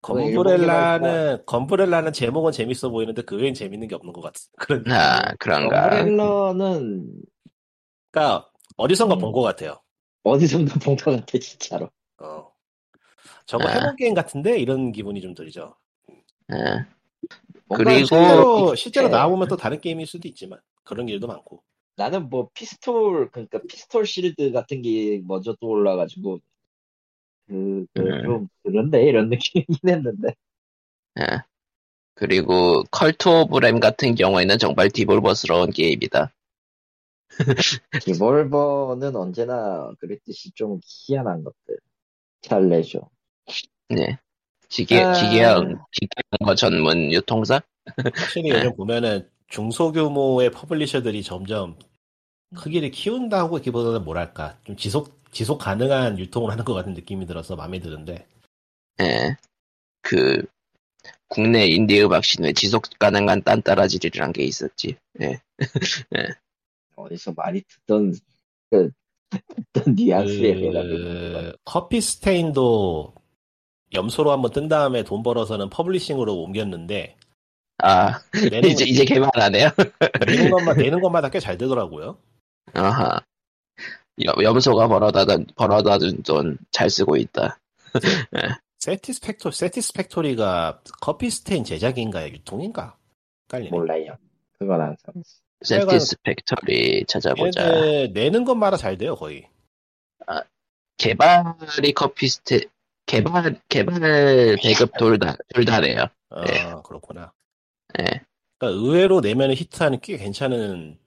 S2: 그거 일본
S3: 건브렐라는 건브렐라는 제목은 재밌어 보이는데 그 외엔 재밌는 게 없는 것 같은 그런.
S1: 아 그런가
S2: 건브렐러는
S3: 그러니까 어디선가
S2: 음.
S3: 본 것 같아요.
S2: 어디선가 본 것 같아 진짜로
S3: 어. 저거
S1: 아.
S3: 해본 게임 같은데 이런 기분이 좀 들죠.
S1: 예.
S2: 뭔가
S1: 어, 그리고-
S3: 실제로 실제로
S2: 예.
S3: 나와보면 또 다른 게임일 수도 있지만 그런 일도 많고.
S2: 나는 뭐 피스톨 그러니까 피스톨 실드 같은 게 먼저 떠올라가지고 그, 그
S1: 음.
S2: 좀 그런데 이런 느낌이긴 했는데
S1: 예. 그리고 컬트 오브 램 같은 경우에는 정말 디볼버스러운 게임이다
S2: 디볼버는 언제나 그랬듯이 좀 희한한 것들 잘 내죠.
S1: 네 기계
S2: 아.
S1: 기계형 기계형 전문 유통사 예.
S3: 확실히 요즘 보면은 중소규모의 퍼블리셔들이 점점
S1: 음.
S3: 크기를 키운다고 기보다는 뭐랄까 좀 지속 지속 가능한 유통을 하는 것 같은 느낌이 들어서 마음에 드는데
S1: 예. 그 국내 인디 음악 신의 지속 가능한 딴따라질이라는 게 있었지. 예.
S2: 어디서 많이 듣던 그, 듣던
S1: 그 아, 예,
S2: 뉘앙스에
S3: 그, 커피 스테인도 염소로 한번 뜬 다음에 돈 벌어서는 퍼블리싱으로 옮겼는데
S1: 아
S3: 내는,
S1: 이제 이제 개발 안 해요.
S3: 내는 것만 내는 것마다 꽤 잘 되더라고요.
S1: 아하. 염- 염소가 벌어다던 벌어다준 돈 잘 쓰고 있다.
S3: 세티스펙토 세티스펙토리가 커피 스테인 제작인가요 유통인가? 헷갈리네.
S2: 몰라요. 그건 안 사.
S3: 하여간-
S1: 세티스팩토리 찾아보자.
S3: 얘네들 내는 것마다 잘 돼요 거의.
S1: 개발이 커피스테 개발 개발 배급 둘다둘 다래요.
S3: 아
S1: 네.
S3: 그렇구나.
S1: 예.
S3: 그러니까 의외로 내면은 히트하는 꽤 괜찮은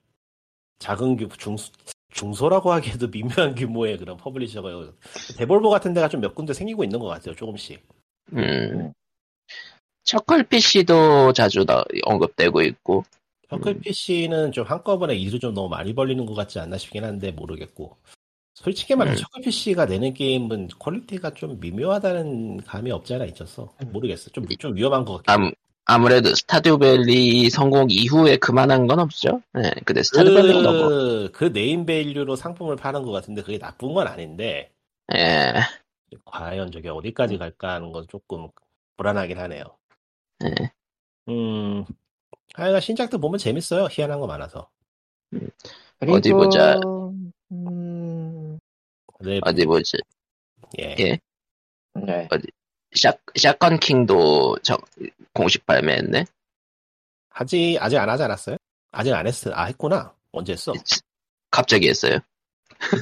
S3: 작은 규 중소 중소라고 하기에도 미묘한 규모의 그런 퍼블리셔가 데볼버 같은 데가 좀 몇 군데 생기고 있는 것 같아요 조금씩.
S1: 음. 첫글 PC도 자주 나- 언급되고 있고.
S3: 터클
S1: 음.
S3: PC는 좀 한꺼번에 일을 좀 너무 많이 벌리는 것 같지 않나 싶긴 한데 모르겠고. 솔직히 말해
S1: 음.
S3: 서 터클 PC가 내는 게임은 퀄리티가 좀 미묘하다는 감이 없지 않아 있었어.
S1: 음.
S3: 모르겠어. 좀, 좀 위험한 것 같아.
S1: 아무, 아무래도 스타듀밸리 성공 이후에 그만한 건 없죠. 네, 근데 스타듀밸리가 뭐,
S3: 그, 그 네임 밸류로 상품을 파는 것 같은데 그게 나쁜 건 아닌데
S1: 예,
S3: 과연 저게
S1: 음.
S3: 어디까지 갈까 하는 건 조금 불안하긴 하네요.
S1: 네.
S3: 음, 하여간 신작도 보면 재밌어요. 희한한 거 많아서.
S1: 어디 보자.
S2: 음,
S3: 네,
S1: 어디 보지?
S3: 예.
S1: 아, 예.
S2: 네.
S1: 샷, 샷건 킹도 정, 공식 발매했네?
S3: 하지, 아직 안 하지 않았어요? 아직 안 했어. 아, 했구나.
S1: 예.
S3: 언제 했어?
S1: 갑자기 했어요.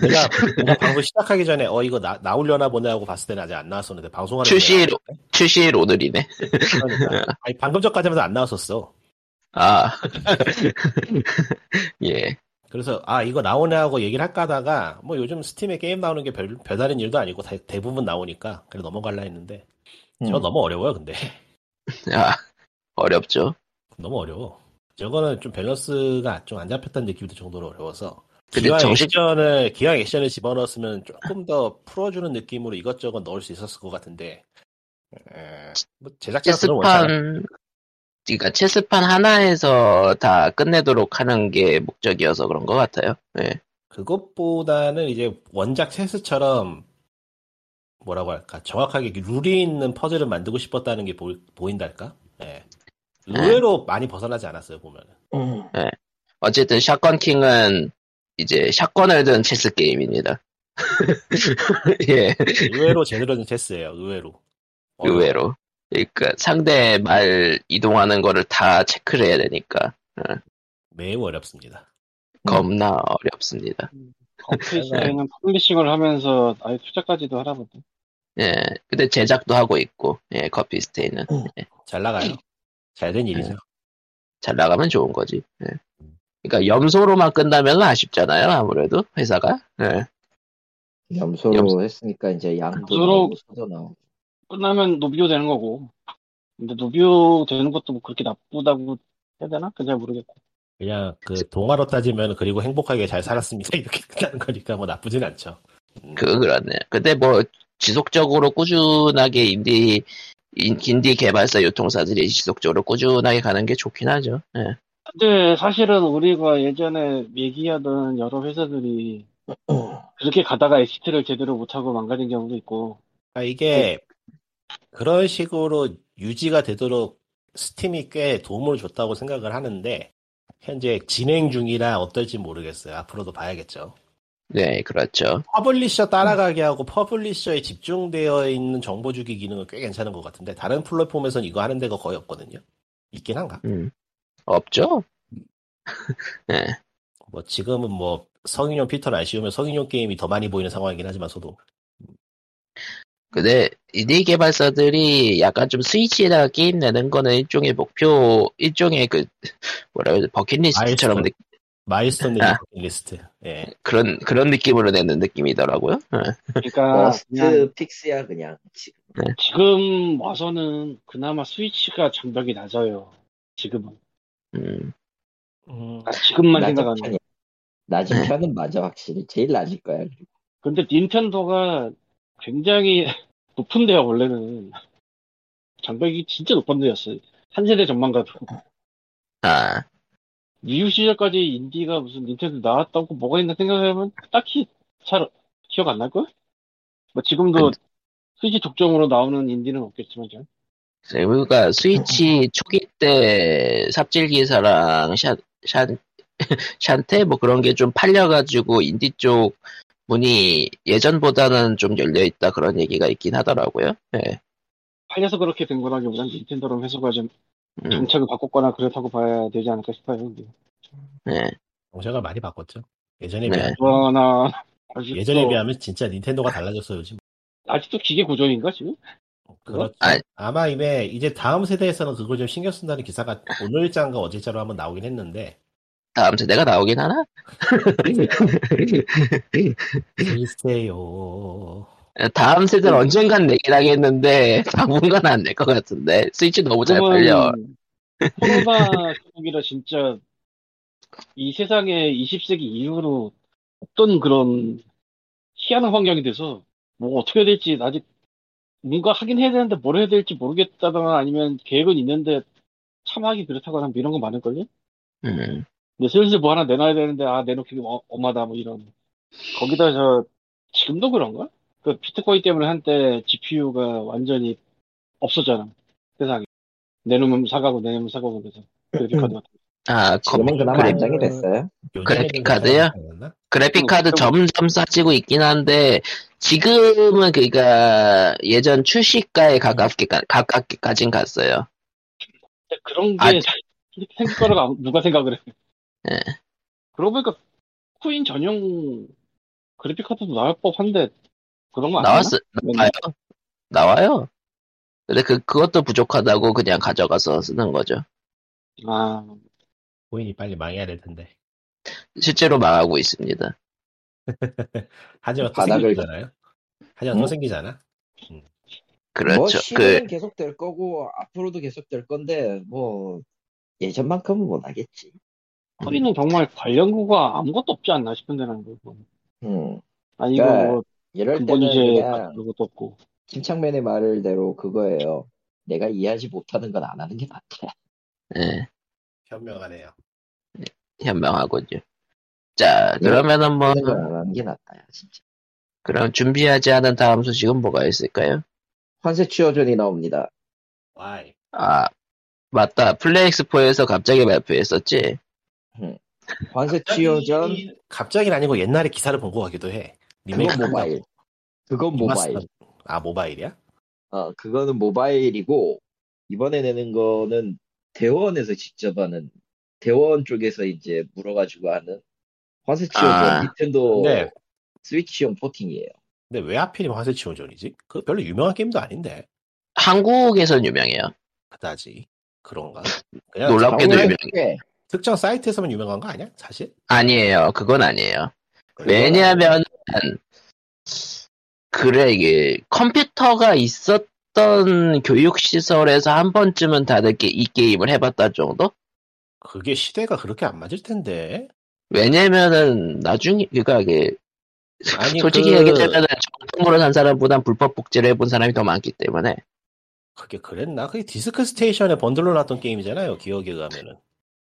S3: 내가, 내가 방송 시작하기 전에, 어, 이거 나, 나오려나 보네 하고 봤을 때는 아직 안 나왔었는데, 방송하는
S1: 출시일, 출시일 오늘이네.
S3: 때는 그러니까. 아니, 방금 전까지만 해도 안 나왔었어.
S1: 아. 예.
S3: 그래서, 아, 이거 나오네 하고 얘기를 할까 하다가, 뭐 요즘 스팀에 게임 나오는 게 별, 별다른 일도 아니고, 다- 대부분 나오니까, 그래 넘어갈라 했는데, 저거
S2: 음.
S3: 너무 어려워요, 근데.
S1: 아, 어렵죠.
S3: 너무 어려워. 저거는 좀 밸런스가 좀 안 잡혔다는 느낌도 정도로 어려워서
S1: 근데
S3: 기왕
S1: 정식-
S3: 액션을 기왕 액션을 집어넣었으면 조금 더 풀어주는 느낌으로 이것저것 넣을 수 있었을 것 같은데 에, 뭐 제작자가 그걸 원치 않았-
S1: 체스판, 그러니까 체스판 하나에서 다 끝내도록 하는 게 목적이어서 그런 것 같아요. 예.
S3: 그것보다는 이제 원작 체스처럼 뭐라고 할까 정확하게 룰이 있는 퍼즐을 만들고 싶었다는 게 보이, 보인달까
S1: 네.
S3: 예. 의외로 많이 벗어나지 않았어요 보면
S2: 음.
S1: 어쨌든 샷건 킹은 이제 샷건을 든 체스 게임입니다. 예. 그
S3: 의외로 제대로 된 체스예요 의외로 어려워요.
S1: 의외로. 그러니까 상대 말 이동하는 거를 다 체크를 해야 되니까
S3: 매우 어렵습니다
S1: 겁나
S3: 음.
S1: 어렵습니다.
S4: 업데이트에는 퍼블리싱을 하면서 아예 투자까지도 하나 보다.
S1: 예. 근데 제작도 하고 있고, 예, 커피 스테이는
S3: 잘 나가요. 잘
S1: 네.
S3: 된 일이죠.
S1: 잘 나가면 좋은 거지. 예. 그러니까 염소로만 끝나면 아쉽잖아요. 아무래도 회사가. 예.
S2: 염소로
S1: 염소.
S2: 했으니까 이제 양도
S4: 염소로-
S2: 나오고 소도 나오고.
S4: 끝나면 노비오 되는 거고. 근데 노비오 되는 것도 뭐 그렇게 나쁘다고 해야 되나? 그잘 모르겠고.
S3: 그냥 그 동화로 따지면 그리고 행복하게 잘 살았습니다 이렇게 끝나는 거니까 뭐 나쁘진 않죠.
S1: 그거 그렇네. 근데 뭐 지속적으로 꾸준하게 인디 인, 인디 개발사 유통사들이 지속적으로 꾸준하게 가는 게 좋긴 하죠. 예.
S4: 근데 사실은 우리가 예전에 얘기하던 여러 회사들이 그렇게 가다가 엑시트를 제대로 못하고 망가진 경우도 있고.
S3: 아,
S1: 네.
S3: 이게 그런 식으로 유지가 되도록 스팀이 꽤 도움을 줬다고 생각을 하는데 현재 진행 중이라 어떨지 모르겠어요. 앞으로도 봐야겠죠.
S1: 네, 그렇죠.
S3: 퍼블리셔 따라가게 하고 퍼블리셔에 집중되어 있는 정보 주기 기능은 꽤 괜찮은 것 같은데 다른 플랫폼에선 이거 하는 데가 거의 없거든요. 있긴 한가?
S1: 음. 없죠?
S3: 뭐 지금은 뭐 성인용 필터를 안 씌우면 성인용 게임이 더 많이 보이는 상황이긴 하지만서도
S1: 근데 인디 개발사들이 약간 좀 스위치에다가 게임 내는 거는 일종의 목표, 일종의 그 뭐라 그러지 버킷리스트처럼
S3: 마일스톤.
S1: 느-
S3: 마일스톤 내지
S1: 아.
S3: 리스트 예
S1: 그런 그런 느낌으로 내는 느낌이더라고요. 예.
S4: 그러니까 그냥
S2: 머스트 픽스야 그냥 지금.
S4: 지금 와서는 그나마 스위치가 장벽이 낮아요. 지금은.
S1: 음.
S4: 아, 지금만
S2: 낮은
S4: 생각하면.
S2: 편이야. 낮은 편은 맞아 확실히 제일 낮을 거야.
S4: 근데 닌텐도가 굉장히 높은데요, 원래는. 장벽이 진짜 높은 데였어요. 한 세대 전만 가도.
S1: 아,
S4: 미유 시절까지 인디가 무슨 닌텐도 나왔다고 뭐가 있나 생각하면 딱히 잘 기억 안 날걸? 뭐 지금도
S1: 안
S4: 스위치 독점으로 나오는 인디는 없겠지만, 잘.
S1: 그러니까 스위치 초기 때 삽질기사랑 샷, 샷, 샨테 뭐 그런 게 좀 팔려가지고 인디 쪽 문이 예전보다는 좀 열려 있다 그런 얘기가 있긴 하더라고요. 예.
S4: 팔려서 그렇게 된 거라기보단 닌텐도로 회사가 좀
S1: 음,
S4: 정책을 바꿨거나 그렇다고 봐야 되지 않을까 싶어요. 근데.
S1: 예.
S3: 정책을 많이 바꿨죠 예전에
S1: 네.
S3: 비하면
S4: 그러나, 아직도,
S3: 예전에
S2: 어.
S3: 비하면 진짜 닌텐도가 달라졌어요 요즘
S4: 아직도 기계 고정인가, 지금?
S2: 어,
S3: 그렇죠
S1: 아.
S3: 아마 이제 이제 다음 세대에서는 그걸 좀 신경 쓴다는 기사가 오늘장과 어제자로 한번 나오긴 했는데
S1: 다음 세대가 나오긴 하나?
S3: 글쎄요
S1: 다음 세대는 언젠간 내긴 하겠는데 당분간 안 낼 것 같은데 스위치 너무 잘 팔려.
S4: 지금은 코로나 시국이라 진짜 이 세상에 20세기 이후로 없던 그런 희한한 환경이 돼서 뭐 어떻게 해야 될지 아직 뭔가 하긴 해야 되는데 뭘 해야 될지 모르겠다거나 아니면 계획은 있는데 참하기 그렇다거나 뭐 이런 거 많을걸요?
S1: 음,
S4: 근데 슬슬 뭐 하나 내놔야 되는데 아 내놓기 어, 엄하다 뭐 이런 거기다 저 지금도 그런가? 그 그 비트코인 때문에 한때 GPU가 완전히 없었잖아. 세상에. 내놓으면 사가고, 내놓으면 사가고,
S1: 음,
S4: 그래서. 그래픽카드 같은 거.
S1: 아,
S2: 지금은
S1: 컴퓨터
S2: 그나마
S1: 그래.
S2: 안정이 됐어요.
S1: 그래픽 카드요? 그래픽카드
S4: 음,
S1: 점점 싸지고 있긴 한데, 지금은 그니까 예전 출시가에 가깝게, 가- 가깝게까진 갔어요.
S4: 근데 그런 게
S1: 아,
S4: 생길 거라고 아무- 누가 생각을 해.
S1: 예.
S4: 그러고 보니까 코인 전용 그래픽카드도 나올 법한데, 아, 그런 거안
S1: 나왔어, 나와요. 나와요. 근데 그, 그것도 부족하다고 그냥 가져가서 쓰는 거죠.
S4: 아,
S3: 고인이 빨리 망해야 될 텐데.
S1: 실제로 망하고 있습니다.
S3: 하지만 또
S2: 바닥을-
S3: 생기잖아요. 하지만 또
S4: 음.
S3: 생기잖아.
S2: 뭐
S1: 그렇죠. 그,
S2: 시대는 계속 될 거고 앞으로도 계속 될 건데 뭐 예전만큼은 못 하겠지.
S4: 코인은 정말 관련구가 아무것도 없지 않나 싶은데라는 거고.
S2: 음.
S4: 아니, 이거
S2: 네.
S4: 뭐,
S2: 이럴
S4: 근본
S2: 때는
S4: 주제 아-
S2: 그냥
S4: 같은 것도 없고.
S2: 김창맨의 말대로 그거예요. 내가 이해하지 못하는 건 안 하는 게 낫다.
S1: 예,
S3: 현명하네요.
S1: 현명하군요. 자, 그러면은 뭐,
S2: 하는 건 안 하는 게 낫다. 진짜.
S1: 그럼 준비하지 않은 다음 소식은 뭐가 있을까요?
S2: 환세 취어전이 나옵니다.
S3: 와이.
S1: 아, 맞다. 플레이엑스포에서 갑자기 발표했었지.
S2: 환세 취어전
S3: 갑자기 아니고 옛날에 기사를 본 것 같기도 해. 리메이크
S2: 그건 모바일. 그건
S3: 리마스터-
S2: 모바일.
S3: 아 모바일이야?
S2: 어, 그거는 모바일이고, 이번에 내는 거는 대원에서 직접 하는, 대원 쪽에서 이제 물어가지고 하는 화세 치오전
S1: 아,
S2: 닌텐도
S3: 근데-
S2: 스위치용 포팅이에요.
S3: 근데 왜 하필이면 화세 치오전이지? 그 별로 유명한 게임도 아닌데
S1: 한국에선 유명해요.
S3: 그다지 그런가? 그냥
S1: 놀라-
S3: 특-
S1: 그게
S2: 정말
S1: 유명해.
S2: 꽤
S3: 특정 사이트에서만 유명한 거 아니야? 사실?
S1: 아니에요. 그건 아니에요.
S2: 그건
S1: 왜냐면, 그래, 이게, 컴퓨터가 있었던 교육시설에서 한 번쯤은 다들 게- 이 게임을 해봤다 정도?
S3: 그게 시대가 그렇게 안 맞을 텐데.
S1: 왜냐면은, 나중에, 그니까 이게,
S3: 아니
S1: 솔직히
S3: 그,
S1: 얘기하자면은, 정통으로 산 사람보단 불법 복제를 해본 사람이 더 많기 때문에,
S3: 그게 그랬나? 그게 디스크 스테이션에 번들러 놨던 게임이잖아요. 기억에 가면은.
S1: 그렇죠.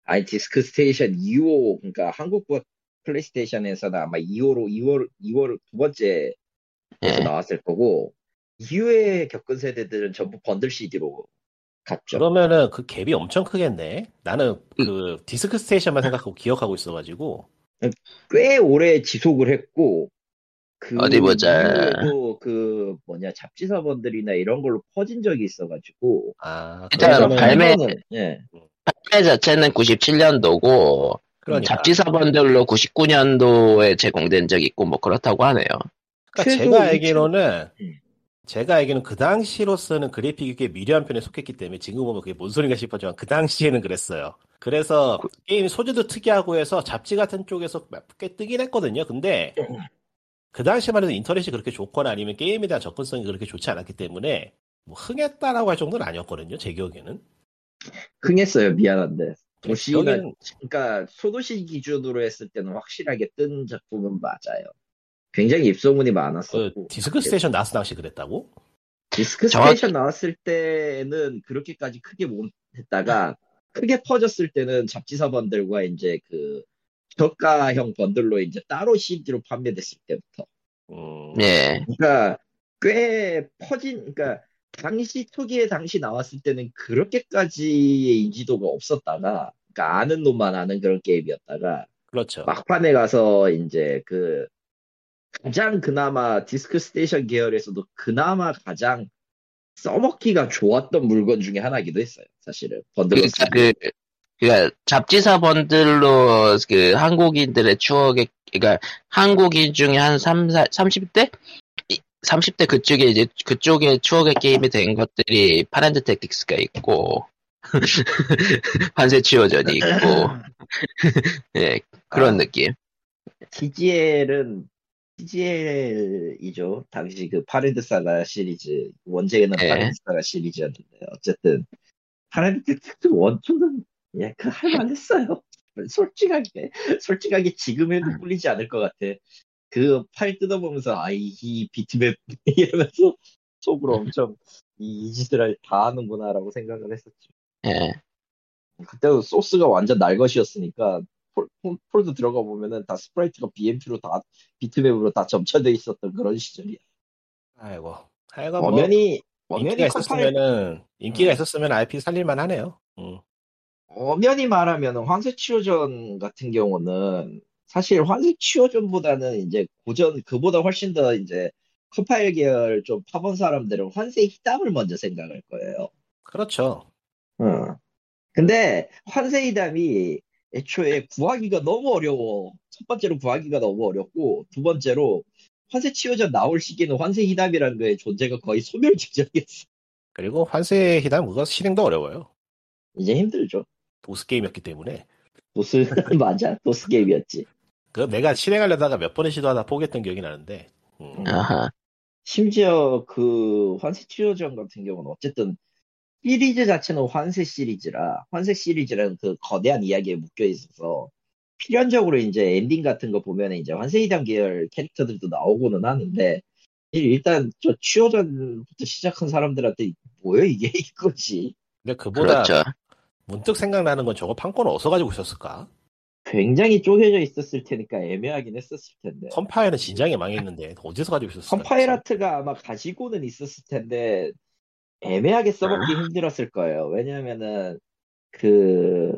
S2: 아니, 디스크 스테이션 2호, 그러니까 한국과 플레이스테이션에서는 아마 2호로, 2월, 2월 두 번째에서
S3: 그렇죠.
S1: 예.
S2: 나왔을 거고, 이후에 겪은 세대들은 전부 번들 CD로 갔죠.
S3: 그러면은 그 갭이 엄청 크겠네. 나는
S1: 음.
S3: 그 디스크 스테이션만 생각하고 기억하고 있어가지고
S2: 꽤 오래 지속을 했고 그
S1: 어디 보자.
S2: 이후에도 그 뭐냐 잡지사번들이나 이런 걸로 퍼진 적이 있어가지고
S3: 아
S1: 일단
S3: 그러면은-
S1: 발매-
S2: 이거는, 예
S1: 판매 자체는 97년도고,
S3: 그러니까.
S1: 잡지사번들로 99년도에 제공된 적이 있고, 뭐 그렇다고 하네요.
S3: 그러니까
S2: 최소
S3: 제가
S2: 일주-
S3: 알기로는
S2: 음.
S3: 제가 알기로는 그 당시로서는 그래픽이 꽤 미려한 편에 속했기 때문에 지금 보면 그게 뭔 소린가 싶었지만 그 당시에는 그랬어요. 그래서 게임 소재도 특이하고 해서 잡지 같은 쪽에서 꽤 뜨긴 했거든요. 근데
S2: 예.
S3: 그 당시만 해도 인터넷이 그렇게 좋거나 아니면 게임에 대한 접근성이 그렇게 좋지 않았기 때문에 뭐 흥했다라고 할 정도는 아니었거든요. 제 기억에는.
S2: 흥했어요 미안한데 도시나
S3: 기억에는
S2: 그러니까 소도시 기준으로 했을 때는 확실하게 뜬 작품은 맞아요 굉장히 입소문이
S3: 그
S2: 많았었고
S3: 디스크 스테이션 나왔을 당시 그랬다고?
S2: 디스크
S1: 정확히-
S2: 스테이션 나왔을 때는 그렇게까지 크게 못 했다가 크게 퍼졌을 때는 잡지사 번들과 이제 그 저가형 번들로 이제 따로 CD로 판매됐을 때부터
S3: 음,
S1: 예.
S2: 그러니까 꽤 퍼진 그러니까 당시 초기에 당시 나왔을 때는 그렇게까지의 인지도가 없었다가 그러니까 아는 놈만 아는 그런 게임이었다가
S3: 그렇죠.
S2: 막판에 가서 이제 그 가장 그나마 디스크 스테이션 계열에서도 그나마 가장 써먹기가 좋았던 물건 중에 하나이기도 했어요. 사실은 번들로
S1: 그러니까 그, 그러니까 잡지사 번들로 그 한국인들의 추억에, 그러니까 한국인 중에 한 3, 30대? 30대 그쪽에 이제 그쪽에 추억의 게임이 된 것들이 파란드 택틱스가 있고 환세 치워전이 있고 예 그런
S2: 아.
S1: 느낌
S2: TGL은 TGL이죠. 당시 그 파레드 사가 시리즈 원제는
S1: 예.
S2: 파레드 사가 시리즈였는데 어쨌든 파레드 특수 원투는 예, 그 할만했어요. 솔직하게 솔직하게 지금 해도 꿀리지 않을 것 같아. 그 팔 뜯어보면서 아이 이 비트맵 이러면서 속으로 엄청 이, 이 짓을 다 하는구나라고 생각을 했었죠.
S1: 예
S2: 그때도 소스가 완전 날 것이었으니까 폴, 폴- 폴드 들어가 보면은 다 스프라이트가 BMP로 다 비트맵으로 다 점쳐져 있었던 그런 시절이야.
S3: 아이고. 하여간 뭐 음.
S2: 엄연히 엄연히
S3: 인기가
S2: 컴파일
S3: 있었으면은 인기가 있었으면 IP 살릴만 하네요. 음.
S2: 엄연히 말하면 황새 치유전 같은 경우는 사실 황새 치유전보다는 이제 고전 그보다 훨씬 더 이제 컴파일 계열 좀 파본 사람들은 환세 희담을 먼저 생각할 거예요.
S3: 그렇죠.
S2: 어. 근데 환세 희담이 애초에 구하기가 너무 어려워. 첫 번째로 구하기가 너무 어렵고 두 번째로 환세 치유전 나올 시기는 환세 희담이라는 거의 존재가 거의 소멸 직전이었어.
S3: 그리고 환세 희담 그거 실행도 어려워요.
S2: 이제 힘들죠.
S3: 도스 게임이었기 때문에.
S2: 도스 맞아 도스 게임이었지.
S3: 그 내가 실행하려다가 몇 번의 시도하다 포기했던 기억이 나는데. 음.
S1: 아하.
S2: 심지어 그 환세 치유전 같은 경우는 어쨌든 시리즈 자체는 환세 시리즈라 환세 시리즈라는 그 거대한 이야기에 묶여 있어서 필연적으로 이제 엔딩 같은 거 보면 이제 환세 이단 계열 캐릭터들도 나오고는 하는데 일단 저 치유전부터 시작한 사람들한테 뭐야 이게 이것이
S3: 근데 그보다
S1: 그렇죠.
S3: 문득 생각나는 건 저거 판권을 어디서 가지고 있었을까?
S2: 굉장히 쪼개져 있었을 테니까 애매하긴 했었을 텐데
S3: 컴파일은 진작에 망했는데 어디서 가지고 있었을까?
S2: 컴파일 아트가 아마 가지고는 있었을 텐데 애매하게 써먹기
S3: 아.
S2: 힘들었을 거예요. 왜냐면은 그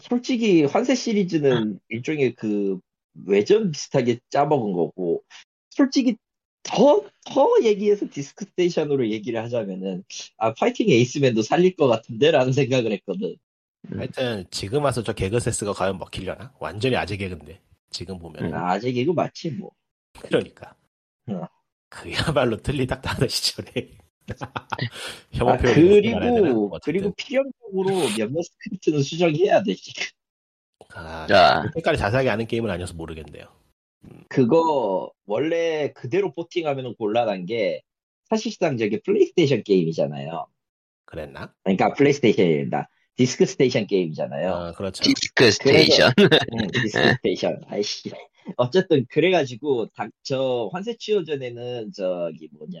S2: 솔직히 환세 시리즈는 일종의 그 외전 비슷하게 짜먹은 거고 솔직히 더, 더 얘기해서 디스크 스테이션으로 얘기를 하자면은 아 파이팅 에이스맨도 살릴 것 같은데 라는 생각을 했거든.
S3: 하여튼 지금 와서 저 개그 센스가 과연 먹히려나? 완전히 아재 개그인데 지금 보면 은
S2: 아, 아직 이거 맞지 뭐.
S3: 그러니까
S2: 어.
S3: 그야말로 틀리닥 다는 시절에 혐오
S2: 아,
S3: 표현이 어떻게 말해야 되나?
S2: 그리고
S3: 어쨌든.
S2: 그리고 필연적으로 몇몇 스크립트는 수정해야 돼 지금.
S3: 아,
S1: 자,
S3: 색깔이 자세하게 아는 게임은 아니어서 모르겠네요.
S2: 그거 원래 그대로 포팅하면 곤란한 게 사실상 저게 플레이스테이션 게임이잖아요.
S3: 그랬나?
S2: 그러니까 플레이스테이션이다. 디스크 스테이션 게임이잖아요.
S3: 아, 그렇죠.
S1: 디스크 스테이션.
S2: 응, 디스크 스테이션. 아이씨. 어쨌든 그래가지고 다- 저 환세 치유전에는 저기 뭐냐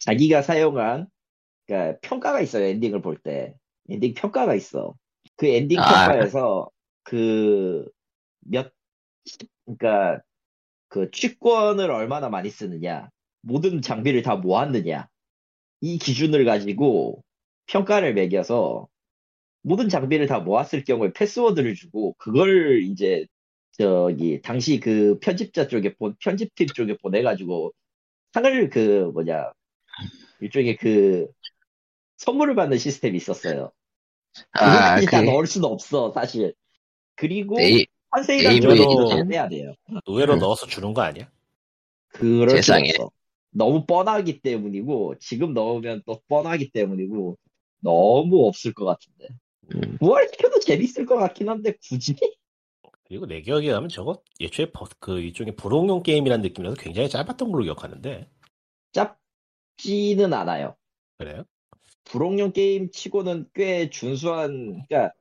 S2: 자기가 사용한 그러니까 평가가 있어요 엔딩을 볼 때. 엔딩 평가가 있어. 그 엔딩
S1: 아.
S2: 평가에서 그 몇, 그러니까 그 취권을 얼마나 많이 쓰느냐, 모든 장비를 다 모았느냐, 이 기준을 가지고 평가를 매겨서 모든 장비를 다 모았을 경우에 패스워드를 주고 그걸 이제 저기 당시 그 편집자 쪽에 보- 편집팀 쪽에 보내가지고 상을 그 뭐냐 일종의 그 선물을 받는 시스템이 있었어요.
S1: 아,
S2: 그것까지 다
S1: 그,
S2: 넣을 수는 없어 사실. 그리고
S1: 에이,
S2: 환세이란
S1: AV.
S2: 조건을 빼야 돼요.
S3: 의외로
S1: 음.
S3: 넣어서 주는 거 아니야?
S2: 그럴 수
S1: 세상에.
S2: 없어. 너무 뻔하기 때문이고 지금 넣으면 또 뻔하기 때문이고 너무 없을 것 같은데.
S1: 음.
S2: 부활시켜도 재밌을 것 같긴 한데 굳이?
S3: 그리고 내 기억에 의하면 저거 예초에 버- 그 일종의 불용용 게임이라는 느낌이라서 굉장히 짧았던 걸로 기억하는데
S2: 짧지는 않아요.
S3: 그래요?
S2: 불홍용 게임 치고는 꽤 준수한, 그러니까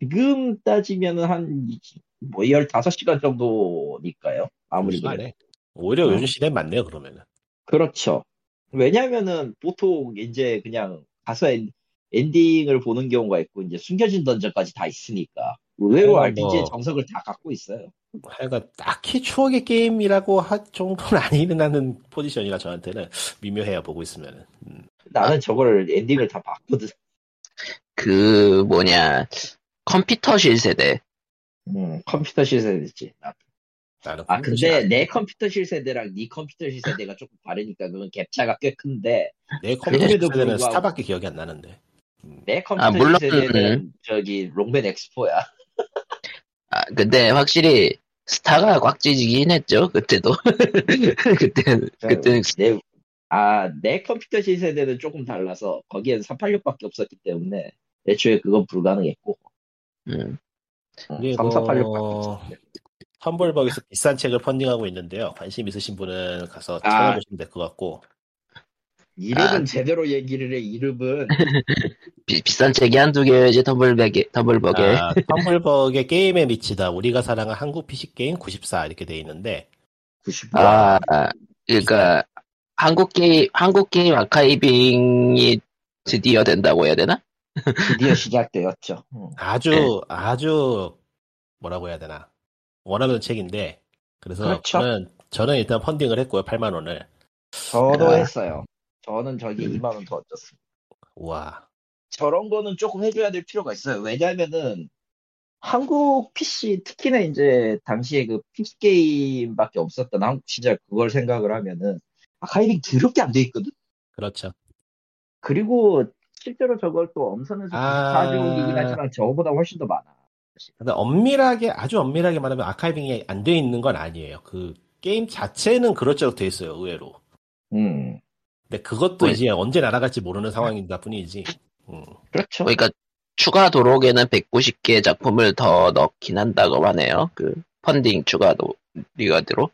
S2: 지금 따지면은 한, 이- 뭐, 15시간 정도니까요. 아무리
S3: 그래서 안
S2: 그래도.
S3: 해. 오히려
S2: 어.
S3: 요즘 시대에 맞네요 그러면은
S2: 그렇죠. 왜냐면은 보통 이제 그냥 가서 엔, 엔딩을 보는 경우가 있고, 이제 숨겨진 던전까지 다 있으니까. 의외로
S3: 뭐.
S2: RPG의 정석을 다 갖고 있어요.
S3: 하여간 딱히 추억의 게임이라고 할 정도는 아니라는 포지션이라 저한테는 미묘해요 보고 있으면은 음.
S2: 나는 저걸 엔딩을 다 봤거든.
S1: 그 뭐냐 컴퓨터실 세대.
S2: 음, 컴퓨터 시세였지.
S3: 나는
S2: 아,
S3: 컴퓨터실
S2: 근데
S3: 안-
S2: 내 컴퓨터실 세대랑 네 컴퓨터실 세대가 조금 다르니까 그건 갭차가 꽤 큰데
S3: 내 컴퓨터실
S2: 그럼에도
S3: 세대는
S2: 불구하고-
S3: 스타밖에 기억이 안 나는데
S2: 내
S1: 아,
S2: 컴퓨터실
S1: 물론.
S2: 세대는 저기 롱맨 엑스포야.
S1: 아, 근데 확실히 스타가 꽉 찌지긴 했죠. 그때도. 그때
S2: 네.
S1: 그때는
S2: 내, 아, 내 컴퓨터실 세대는 조금 달라서 거기엔 386밖에 없었기 때문에 애초에 그건 불가능했고 어,
S1: 음,
S2: 응,
S3: 그리고-
S1: 뭐 아,
S2: 386밖에 없었는데
S3: 텀블벅에서 비싼 책을 펀딩하고 있는데요 관심 있으신 분은 가서
S2: 아.
S3: 찾아보시면 될 것 같고
S2: 이름은
S1: 아.
S2: 제대로 얘기를 해 이름은
S1: 비, 비싼 책이 한두 개지 덤블벅에 덤블벅에.
S3: 아, 텀블벅의 게임에 미치다 우리가 사랑한 한국 PC 게임 94 이렇게 돼 있는데
S2: 90만
S1: 아, 그러니까 한국 게임 한국 게임 아카이빙이 드디어 된다고 해야 되나?
S2: 드디어 시작되었죠. 어, 응. 네.
S3: 아주 아주 뭐라고 해야 되나 원하는 책인데 그래서
S2: 그렇죠.
S3: 저는 저는 일단 펀딩을 했고요 8만 원을
S2: 저도
S1: 아. 음.
S2: 했어요. 저는 저기 2만 원 더 얹었습니다.
S3: 와.
S2: 저런 거는 조금 해줘야 될 필요가 있어요. 왜냐면은 한국 PC 특히나 이제 당시에 그 PC 게임밖에 없었던 한국 시절 그걸 생각을 하면은 아카이빙 드럽게 안 돼 있거든.
S3: 그렇죠.
S2: 그리고 실제로 저걸 또 엄선해서
S3: 아.
S2: 가져오기긴 하지만 저거보다 훨씬 더 많아.
S3: 근데 엄밀하게 아주 엄밀하게 말하면 아카이빙이 안 돼 있는 건 아니에요. 그 게임 자체는 그럴적으로 돼 있어요. 의외로.
S2: 음,
S3: 근데 그것도
S1: 네.
S3: 이제 언제 날아갈지 모르는 상황이다 뿐이지. 음.
S2: 그렇죠.
S1: 그러니까 추가 도록에는 190개 작품을 더 넣긴 한다고 하네요. 그 펀딩 추가도 리가드로.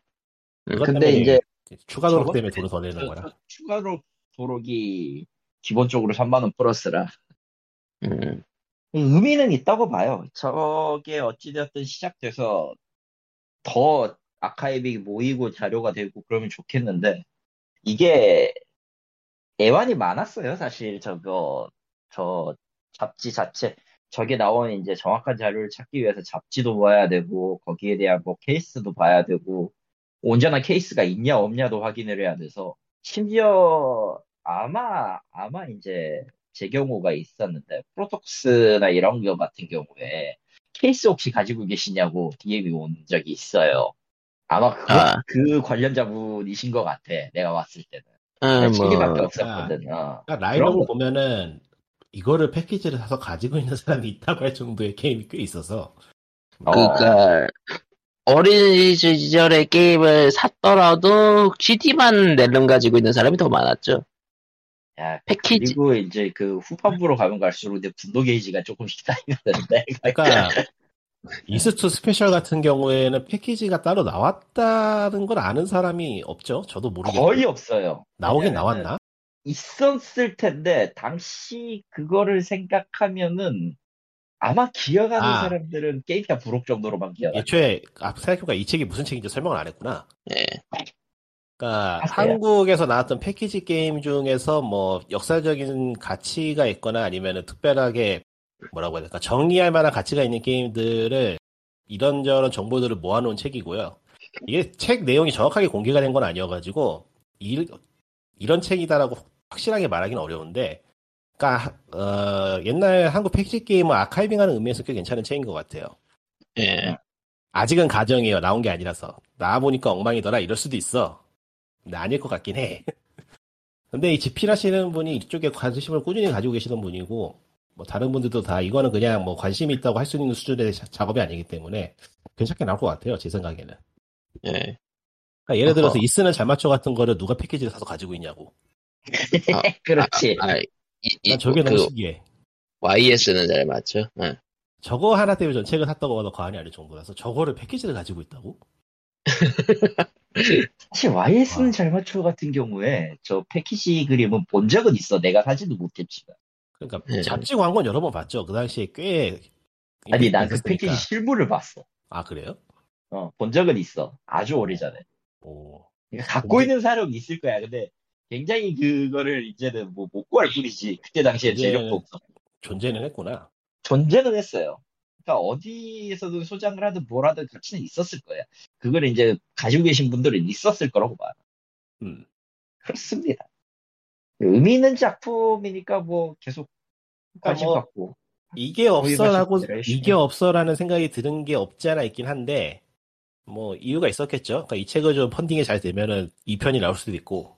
S3: 그것
S2: 근데
S3: 때문에
S2: 이제
S3: 추가 도록
S2: 저거-
S3: 때문에 돈을 더 내는 거라.
S2: 추가로 도록이 기본적으로 3만 원 플러스라
S1: 음,
S2: 의미는 있다고 봐요. 저게 어찌되었든 시작돼서 더 아카이빙이 모이고 자료가 되고 그러면 좋겠는데 이게 애환이 많았어요. 사실 저거 저 잡지 자체 저게 나온 이제 정확한 자료를 찾기 위해서 잡지도 봐야 되고 거기에 대한 뭐 케이스도 봐야 되고 온전한 케이스가 있냐 없냐도 확인을 해야 돼서 심지어 아마 아마 이제 제 경우가 있었는데 프로톡스나 이런 거 같은 경우에 케이스 혹시 가지고 계시냐고 DM이 온 적이 있어요. 아마 그,
S1: 아.
S2: 그 관련자분이신 것 같아. 내가 왔을 때는.
S1: 아,
S2: 난 네, 책이밖에
S1: 뭐,
S2: 없었거든. 어.
S3: 그러니까
S2: 그런
S3: 라이브를
S2: 거.
S3: 보면은 이거를 패키지를 사서 가지고 있는 사람이 있다고 할 정도의 게임이 꽤 있어서
S1: 그니까, 어린 시절에 게임을 샀더라도 CD만 낼름 가지고 있는 사람이 더 많았죠.
S2: 야,
S1: 패키지.
S2: 그리고 이제 그 후반부로 가면 갈수록 이제 분노 게이지가 조금씩 쌓이는데.
S3: 그러니까 이스트 스페셜 같은 경우에는 패키지가 따로 나왔다는 걸 아는 사람이 없죠. 저도 모르겠고
S2: 거의 네. 없어요.
S3: 나오긴
S2: 왜냐면은
S3: 나왔나?
S2: 있었을 텐데, 당시 그거를 생각하면은 아마 기억하는
S3: 아.
S2: 사람들은 게임기가 부록 정도로만 기억해.
S3: 애초에 앞 생각해보니까 이 책이 무슨 책인지 설명을 안 했구나.
S1: 예.
S3: 그러니까
S2: 하세요.
S3: 한국에서 나왔던 패키지 게임 중에서 뭐 역사적인 가치가 있거나 아니면 특별하게 뭐라고 해야 될까 정리할 만한 가치가 있는 게임들을 이런저런 정보들을 모아놓은 책이고요. 이게 책 내용이 정확하게 공개가 된 건 아니어가지고 이, 이런 책이다라고 확실하게 말하기는 어려운데, 그러니까 하- 어, 옛날 한국 패키지 게임을 아카이빙하는 의미에서 꽤 괜찮은 책인 것 같아요.
S4: 네.
S1: 예.
S3: 아직은 가정이에요. 나온 게 아니라서. 나와보니까 엉망이더라. 이럴 수도 있어. 근데 아닐 것 같긴 해. 근데 이 집필하시는 분이 이쪽에 관심을 꾸준히 가지고 계시던 분이고, 뭐 다른 분들도 다 이거는 그냥 뭐 관심이 있다고 할 수 있는 수준의 자- 작업이 아니기 때문에 괜찮게 나올 것 같아요. 제 생각에는.
S1: 예.
S3: 그러니까 예를 들어서
S1: 어허.
S3: 이스는 잘 맞춰 같은 거를 누가 패키지를 사서 가지고 있냐고.
S2: 그렇지.
S1: 아, 이, 이,
S3: 난 저게 너무
S1: 그,
S3: 신기해.
S1: YS는 잘 맞죠. 예. 응.
S3: 저거 하나 때문에 전 책을 샀다고 봐도 과언이 아닐 정도라서 저거를 패키지를 가지고 있다고?
S2: 사실 YS는
S3: 와.
S2: 잘 맞추어 같은 경우에 저 패키지 그림은 본 적은 있어. 내가 사지도 못했지만.
S3: 그러니까
S1: 예.
S3: 잡지 광고는 여러 번 봤죠. 그 당시에 꽤
S2: 네. 아니, 난 그
S3: 인기가
S2: 패키지
S3: 있었으니까.
S2: 실물을 봤어.
S3: 아 그래요?
S2: 어, 본 적은 있어. 아주 오래전에.
S3: 오.
S2: 그러니까 갖고
S3: 근데-
S2: 있는 사람이 있을 거야. 근데 굉장히 그거를 이제는 뭐 못 구할 뿐이지. 그때 당시에
S3: 이제는-
S2: 재력도 없어.
S3: 존재는 했구나.
S2: 존재는 했어요. 그러니까 어디에서든 소장을 하든 뭘 하든 가치는 있었을 거야. 그걸 이제 가지고 계신 분들은 있었을 거라고 봐.
S3: 음.
S2: 그렇습니다. 의미 있는 작품이니까 뭐 계속 관심
S3: 뭐
S2: 갖고.
S3: 이게 없어라고
S2: 거의 마치
S3: 이게 없어라는 생각이 드는 게 없지 않아 있긴 한데 뭐 이유가 있었겠죠. 그러니까 이 책을 좀 펀딩이 잘 되면은 이 편이 나올 수도 있고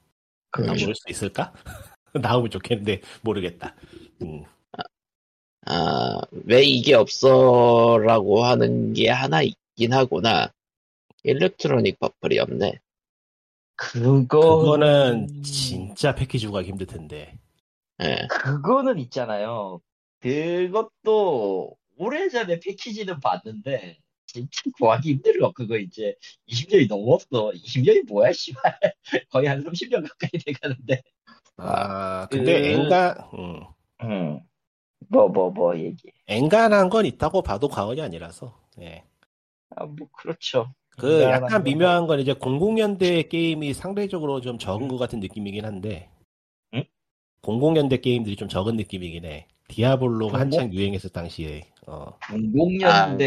S3: 나
S1: 그렇죠.
S3: 모를 수도 있을까? 나오면 좋겠는데 모르겠다. 음.
S1: 아, 왜 이게 없어라고 하는 게 하나 있긴 하구나. 일렉트로닉 버플이 없네.
S2: 그거 음.
S3: 그거는 진짜 패키지 구하기 힘들 텐데.
S1: 예.
S2: 그거는 있잖아요. 그것도 오래전에 패키지는 봤는데 진짜 구하기 힘들어. 그거 이제 20년이 넘었어. 20년이 뭐야, 씨발. 거의 한 30년 가까이 돼가는데.
S3: 아
S2: 그-
S3: 근데 엔가 음.
S2: 음. 뭐, 뭐, 뭐 얘기.
S3: 엔간한 건 있다고 봐도 과언이 아니라서. 예.
S2: 아, 뭐 그렇죠.
S3: 그
S2: 엔간한
S3: 약간
S2: 건
S3: 미묘한 건 이제 00년대 게임이 상대적으로 좀 적은 것 같은 느낌이긴 한데
S2: 응?
S3: 00년대 게임들이 좀 적은 느낌이긴 해 디아블로가
S2: 그럼
S3: 한창 유행했을 당시에 어,
S2: 00년대가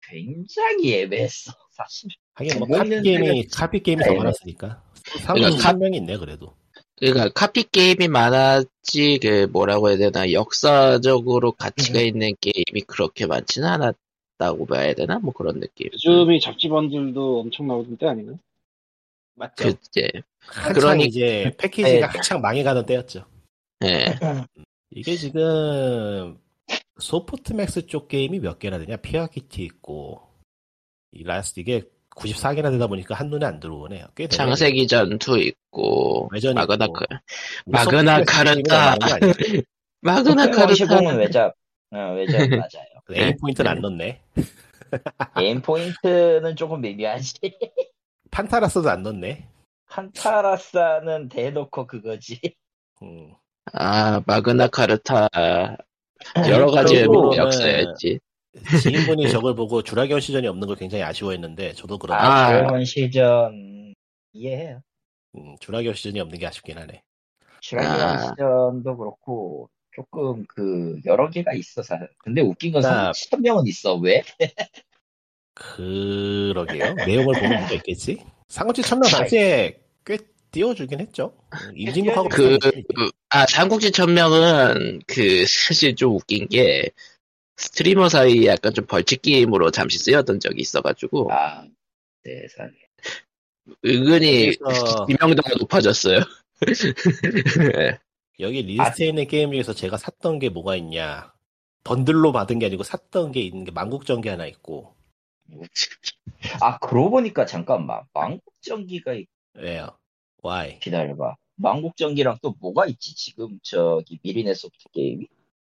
S2: 굉장히 애매했어, 사실.
S3: 하긴 뭐
S2: 뭐
S3: 카피
S2: 있는
S3: 게임이
S2: 데는-
S3: 카피 게임이 더
S2: 네.
S3: 많았으니까
S1: 그러니까 카-
S3: 3명이 있네 그래도
S1: 그러니까 카피 게임이 많았지 그 뭐라고 해야 되나 역사적으로 가치가 있는 게임이 그렇게 많지는 않았다고 봐야 되나 뭐 그런 느낌.
S4: 요즘이 잡지번들도 엄청 나오던 때 아닌가?
S3: 맞죠
S1: 그제
S3: 한창
S1: 그러니-
S3: 이제 패키지가
S1: 네.
S3: 한창 망해가는 때였죠
S1: 예.
S3: 이게 지금 소프트맥스 쪽 게임이 몇 개나 되냐 피아키티 있고 이 라스트 이게 94개나 되다 보니까 한눈에 안 들어오네요 꽤 되네.
S1: 창세기 전투 있고
S3: 외전이
S1: 마그나
S3: 있고. 우리
S1: 마그나
S3: 소프트맥스
S1: 카르타.
S3: 게임이 나오는 거 아니야?
S1: 마그나 카르타
S2: 5050은 외잡, 어, 외잡 맞아요.
S3: 그 에임 포인트는 안 넣네
S2: 에임 포인트는 조금 미묘하지.
S3: 판타라스도 안 넣네
S2: 칸타라사는 대놓고 그거지.
S3: 음.
S1: 아 마그나 카르타
S2: 네.
S1: 여러 가지
S3: 그리고-
S1: 역사였지.
S3: 지인분이 저걸 보고 주라기원 시전이 없는 걸 굉장히 아쉬워했는데 저도 그런
S1: 아.
S2: 아, 그런 시전 이해해요.
S3: 음, 주라기원 시전이 없는 게 아쉽긴 하네
S2: 지라기원
S1: 아.
S2: 시전도 그렇고 조금 그 여러 개가 있어 사실. 근데 웃긴 건
S3: 나-
S2: 30명은 있어. 왜?
S3: 그러게요. 내용을 보면 뭐가 있겠지? 상업지 천명 당시에 꽤 띄워주긴 했죠. 임진국하고
S1: 그,
S3: 비슷한 느낌이죠.
S1: 아, 한국인 천명은, 그, 사실 좀 웃긴 게, 스트리머 사이에 약간 좀 벌칙 게임으로 잠시 쓰였던 적이 있어가지고,
S2: 아 세상에.
S3: 아, 네.
S1: 은근히
S3: 그래서-
S1: 지명도가 높아졌어요. 예.
S3: 여기 리스트에 있는 게임 중에서 제가 샀던 게 뭐가 있냐? 번들로 받은 게 아니고 샀던 게 있는 게 만국전기 하나 있고
S2: 아 그러고 보니까 잠깐만 망국전기가 있-
S3: 왜요? Why?
S2: 기다려봐. 망국전기랑 또 뭐가 있지 지금 저기 미리네 소프트 게임이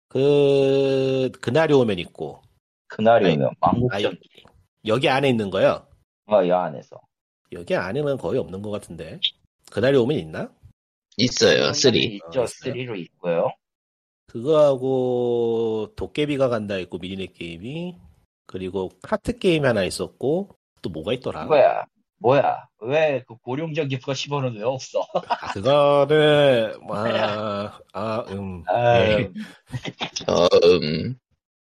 S3: 그 그날이 오면 있고
S2: 그날이
S3: 아니,
S2: 오면 망국전기
S3: 여기 안에 있는 거요.
S2: 아, 야 안에서
S3: 여기 안에는 거의 없는 것 같은데 그날이 오면 있나?
S2: 아,
S1: 있어요, 쓰리.
S2: 있죠
S3: 어, 있어요.
S2: 3로 있고요.
S3: 그거하고 도깨비가 간다 있고 미니네 게임이 그리고 카트 게임 하나 있었고 또 뭐가 있더라?
S2: 뭐야 뭐야 왜 그 고령전기 거1 0원은왜 없어?
S3: 아, 그거를 뭐, 아, 아, 음.
S2: 아,
S3: 네.
S1: 어, 음,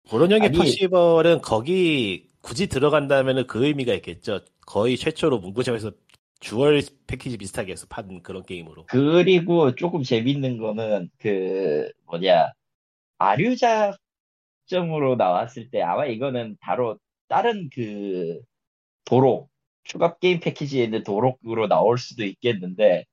S3: 고론형의
S2: 아니-
S3: 퍼시벌은 거기 굳이 들어간다면은 그 의미가 있겠죠. 거의 최초로 문구점에서 주얼 패키지 비슷하게 해서 판 그런 게임으로.
S2: 그리고 조금 재밌는 거는 그 뭐냐 아류작점으로 나왔을 때 아마 이거는 바로 다른 그 도로 추가 게임 패키지에 있는 도로로 나올 수도 있겠는데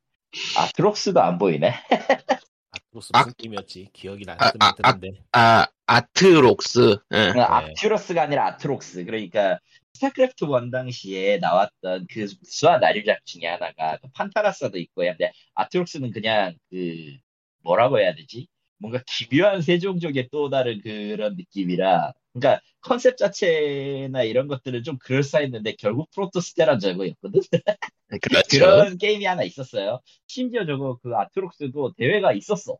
S2: 아트록스도 안 보이네.
S3: 아트로스
S1: 아-
S3: 무슨 게임이었지? 기억이 나는
S1: 아, 아, 아.
S3: 데
S1: 아, 아트록스. 예.
S2: 그냥 악튜러스가 아니라 아트록스. 그러니까 스타크래프트 1 당시에 나왔던 그 수한 아류작 중에 하나가 그 판타라사도 있고요. 근데 아트록스는 그냥 그 뭐라고 해야 되지? 뭔가 기묘한 세종족의 또 다른 그런 느낌이라. 그러니까 컨셉 자체나 이런 것들은 좀 그럴싸했는데 결국 프로토스테란 저거였거든.
S1: 그렇죠.
S2: 그런 게임이 하나 있었어요. 심지어 저거 그 아트록스도 대회가 있었어.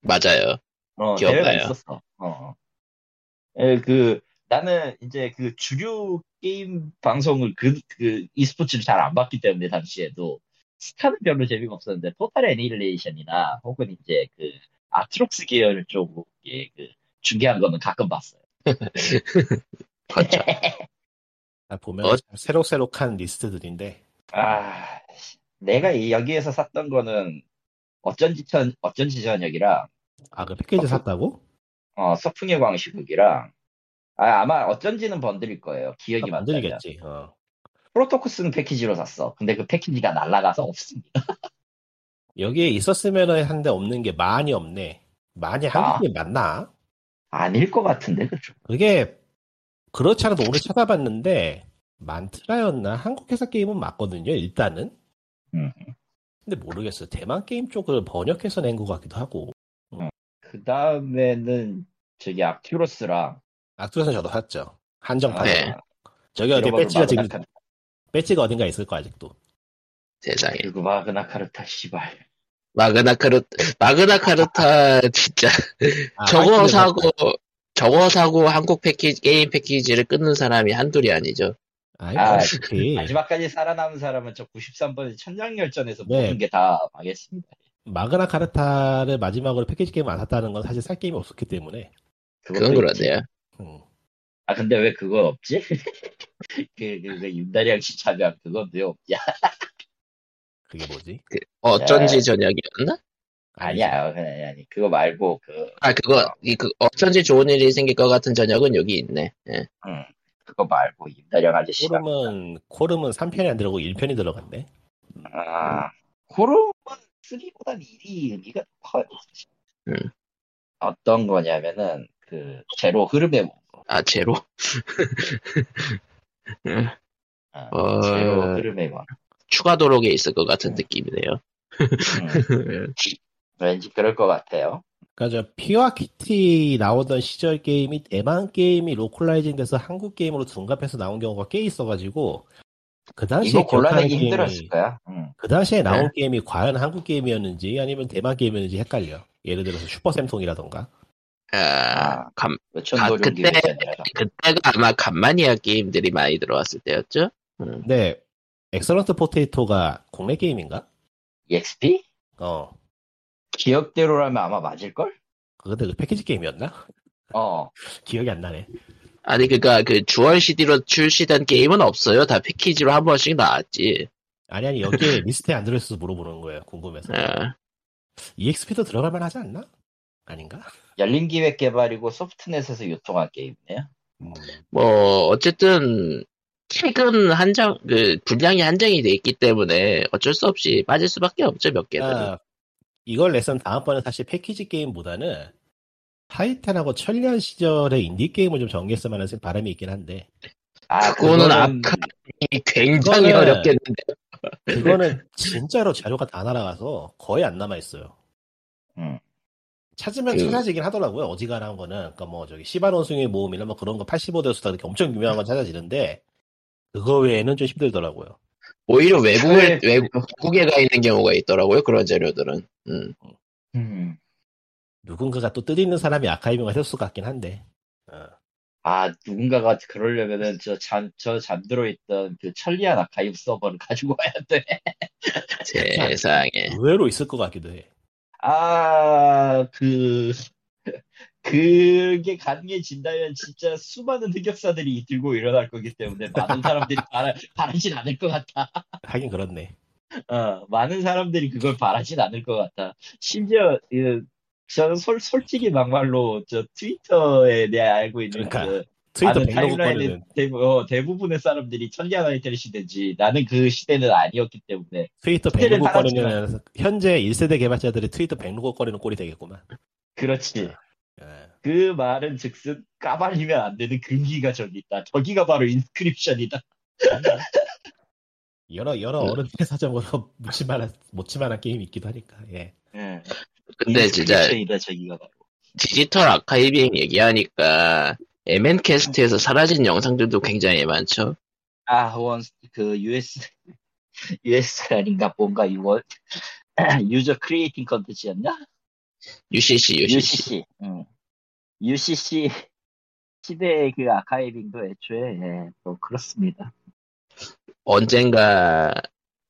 S1: 맞아요.
S2: 어,
S1: 기억나요.
S2: 대회가 있었어. 어. 에, 그, 나는 이제 그 주류 게임 방송을 그, 그, e스포츠를 잘 안 봤기 때문에, 당시에도. 스타는 별로 재미가 없었는데, 토탈 애니레이션이나, 혹은 이제 그, 아트록스 계열 쪽에 그, 중계한 거는 가끔 봤어요.
S1: 그렇죠.
S3: 보면
S1: 어.
S3: 새록새록한 리스트들인데
S2: 아, 씨. 내가 이- 여기에서 샀던 거는, 어쩐지 천, 어쩐지 저녁이랑,
S3: 아 그 패키지
S1: 뭐,
S2: 어.
S3: 샀다고?
S2: 어, 서풍의 광시국이랑, 아, 아마 어쩐지는 아, 번들일 거예요. 기억이
S3: 안
S2: 맞다면.
S3: 들리겠지. 어.
S2: 프로토코스는 패키지로 샀어. 근데 그 패키지가 날라가서 없습니다.
S3: 여기에 있었으면은 한데 없는 게 많이 없네. 많이
S2: 아.
S3: 한국에 맞나?
S2: 아닐 것 같은데, 그렇죠? 그죠?
S3: 그게 그렇지 않아도 오래 찾아봤는데 만트라였나 한국 회사 게임은 맞거든요. 일단은.
S2: 음.
S3: 근데 모르겠어요. 대만 게임 쪽을 번역해서 낸 것 같기도 하고.
S2: 그 다음에는 저기 악튜로스랑 아,
S3: 악투에서 저도 샀죠. 한정판.
S1: 네.
S3: 저기 어디
S2: 이런
S3: 배지가
S2: 걸로
S3: 지금
S2: 마그나 카르타,
S3: 배지가 어딘가 있을 거 아직도.
S1: 세상에.
S2: 그리고 마그나 카르타 씨발.
S1: 마그나 카르타, 마그나 카르타, 진짜.
S3: 아,
S1: 저거
S3: 파이팅을
S1: 사고,
S3: 샀다.
S1: 저거 사고 한국 패키지, 게임 패키지를 끊는 사람이 한둘이 아니죠.
S3: 아이,
S2: 아,
S3: 그렇지.
S2: 마지막까지 살아남은 사람은 저 93번의 천장열전에서
S3: 네.
S2: 모든 게 다 망했습니다.
S3: 마그나 카르타를 마지막으로 패키지 게임 안 샀다는 건 사실 살 게임이 없었기 때문에.
S1: 그건
S2: 그것도 있지.
S1: 그렇네요.
S3: 음.
S2: 아 근데 왜 그건 없지? 그, 그, 그 윤다리랑 시차면 그건 왜 없냐?
S3: 그게 뭐지?
S1: 어쩐지 저녁이었나?
S2: 아니야 아니 아니 그거 말고 그
S1: 아 그거 이 그 어쩐지 좋은 일이 생길 것 같은 저녁은 여기 있네. 예.
S2: 그거 말고 윤다리랑 아저씨랑
S3: 코름은 코름은 3편이 안 들어가고 1편이 들어갔네.
S2: 아, 그런 건 3보단 1이 의미가 더 커요. 사실.
S1: 음.
S2: 어떤 거냐면은 그 제로 흐름의 뭐
S1: 아 제로. 예.
S2: 아,
S1: 어.
S2: 제로 흐름의 뭐
S1: 추가 도록에 있을 것 같은 느낌이네요.
S2: 음, 왠지 그럴 것 같아요.
S3: 그러니까 저 피와 키티 나오던 시절 게임이 대만 게임이 로컬라이징 돼서 한국 게임으로 둔갑해서 나온 경우가 꽤 있어가지고 그 당시에
S2: 이거
S3: 기억하는
S2: 골라내기
S3: 게임이
S2: 힘들었을 거야. 음.
S3: 그 당시에 나온 게임이 과연 한국 게임이었는지 아니면 대만 게임이었는지 헷갈려. 예를 들어서 슈퍼 샘통이라던가.
S1: 아, 감, 아,
S2: 뭐 외천도룡
S1: 그때-
S2: 디비전이라서.
S1: 그때가 아마 간만이야 게임들이 많이 들어왔을 때였죠. 음.
S3: 근데 엑설런트 포테이토가 국내 게임인가?
S2: EXP?
S3: 어.
S2: 기억대로라면 아마 맞을걸?
S3: 그때 그 패키지 게임이었나?
S2: 어.
S3: 기억이 안 나네.
S1: 아니 그니까 그 주얼 CD로 출시된 게임은 없어요. 다 패키지로 한 번씩 나왔지.
S3: 아니 아니 여기에 리스트에 안 들어있어서 물어보는 거예요. 궁금해서.
S1: 아,
S3: EXP도 들어가면 하지 않나? 아닌가?
S2: 열린 기획 개발이고 소프트넷에서 유통한 게임이네요.
S3: 음. 아,
S1: 뭐 어쨌든 책은 한정 그 분량이 한정이 돼 있기 때문에 어쩔 수 없이 빠질 수밖에 없죠 몇 개는.
S3: 아, 이걸 냈으면 다음번에 사실 패키지 게임보다는 타이탄하고 천리안 시절의 인디 게임을 좀 정리했으면 하는 바람이 있긴 한데
S2: 아,
S1: 그거는 아까- 이게 굉장히
S3: 그거는-
S1: 어렵겠는데.
S3: 그거는 진짜로 자료가 다 날아가서 거의 안 남아 있어요.
S2: 음.
S3: 찾으면
S1: 그-
S3: 찾아지긴 하더라고요. 어지간한 거는 그러니까 뭐 저기 시발 원숭이 모음이나 뭐 그런 거 85대 수다 이렇게 엄청 유명한 건 찾아지는데 그거 외에는 좀 힘들더라고요.
S1: 오히려 외국에
S2: 사회-
S1: 외국- 외국에 가 있는 경우가 있더라고요 그런 자료들은. 음.
S2: 음.
S3: 누군가가 또 뜯어있는 사람이 아카이브가 될 수 같긴 한데. 어.
S2: 아, 누군가가 그러려면은 저 잠, 저 잠들어 있던 그 천리안 아카이브 서버를 가지고 와야 돼.
S1: 세상에.
S3: 의외로 있을 것 같기도 해.
S2: 아, 그, 그게 가능해진다면 진짜 수많은 흑역사들이 들고 일어날 거기 때문에 많은 사람들이 바라, 바라진 않을 것 같아.
S3: 하긴 그렇네.
S2: 어, 많은 사람들이 그걸 바라진 않을 것 같아. 심지어, 그, 저는 솔, 솔직히 막말로 저 트위터에 내가 알고 있는
S3: 그러니까.
S2: 그
S3: 트위터
S2: 아는
S3: 백로그
S2: 타임라인의
S3: 거리는
S2: 대부, 어, 대부분의 사람들이 천리아나이트를 시대지 나는 그 시대는 아니었기 때문에
S3: 트위터
S2: 트위터를
S3: 백로그 거리는 현재 1세대 개발자들이 트위터 백로그 거리는 꼴이 되겠구만.
S2: 그렇지
S3: 예.
S2: 그 말은 즉슨 까발리면 안 되는 금기가 저기 있다 저기가 바로 인스크립션이다
S3: 여러 여러
S1: 음.
S3: 어른들의 사정으로 묻지만한 묻지만한 게임이 있기도 하니까. 예.
S2: 예.
S1: 근데 진짜
S2: 인스크립션이다 저기가 바로
S1: 디지털 아카이빙 얘기하니까 MN 캐스트에서 사라진 영상들도 굉장히 많죠.
S2: 아, 아원그 US US 아닌가 뭔가 이거 유저 크리에이팅 컨텐츠였나
S1: UCC UCC.
S2: UCC 응. UCC 시대의 그 아카이빙도 애초에 예, 뭐 그렇습니다
S1: 언젠가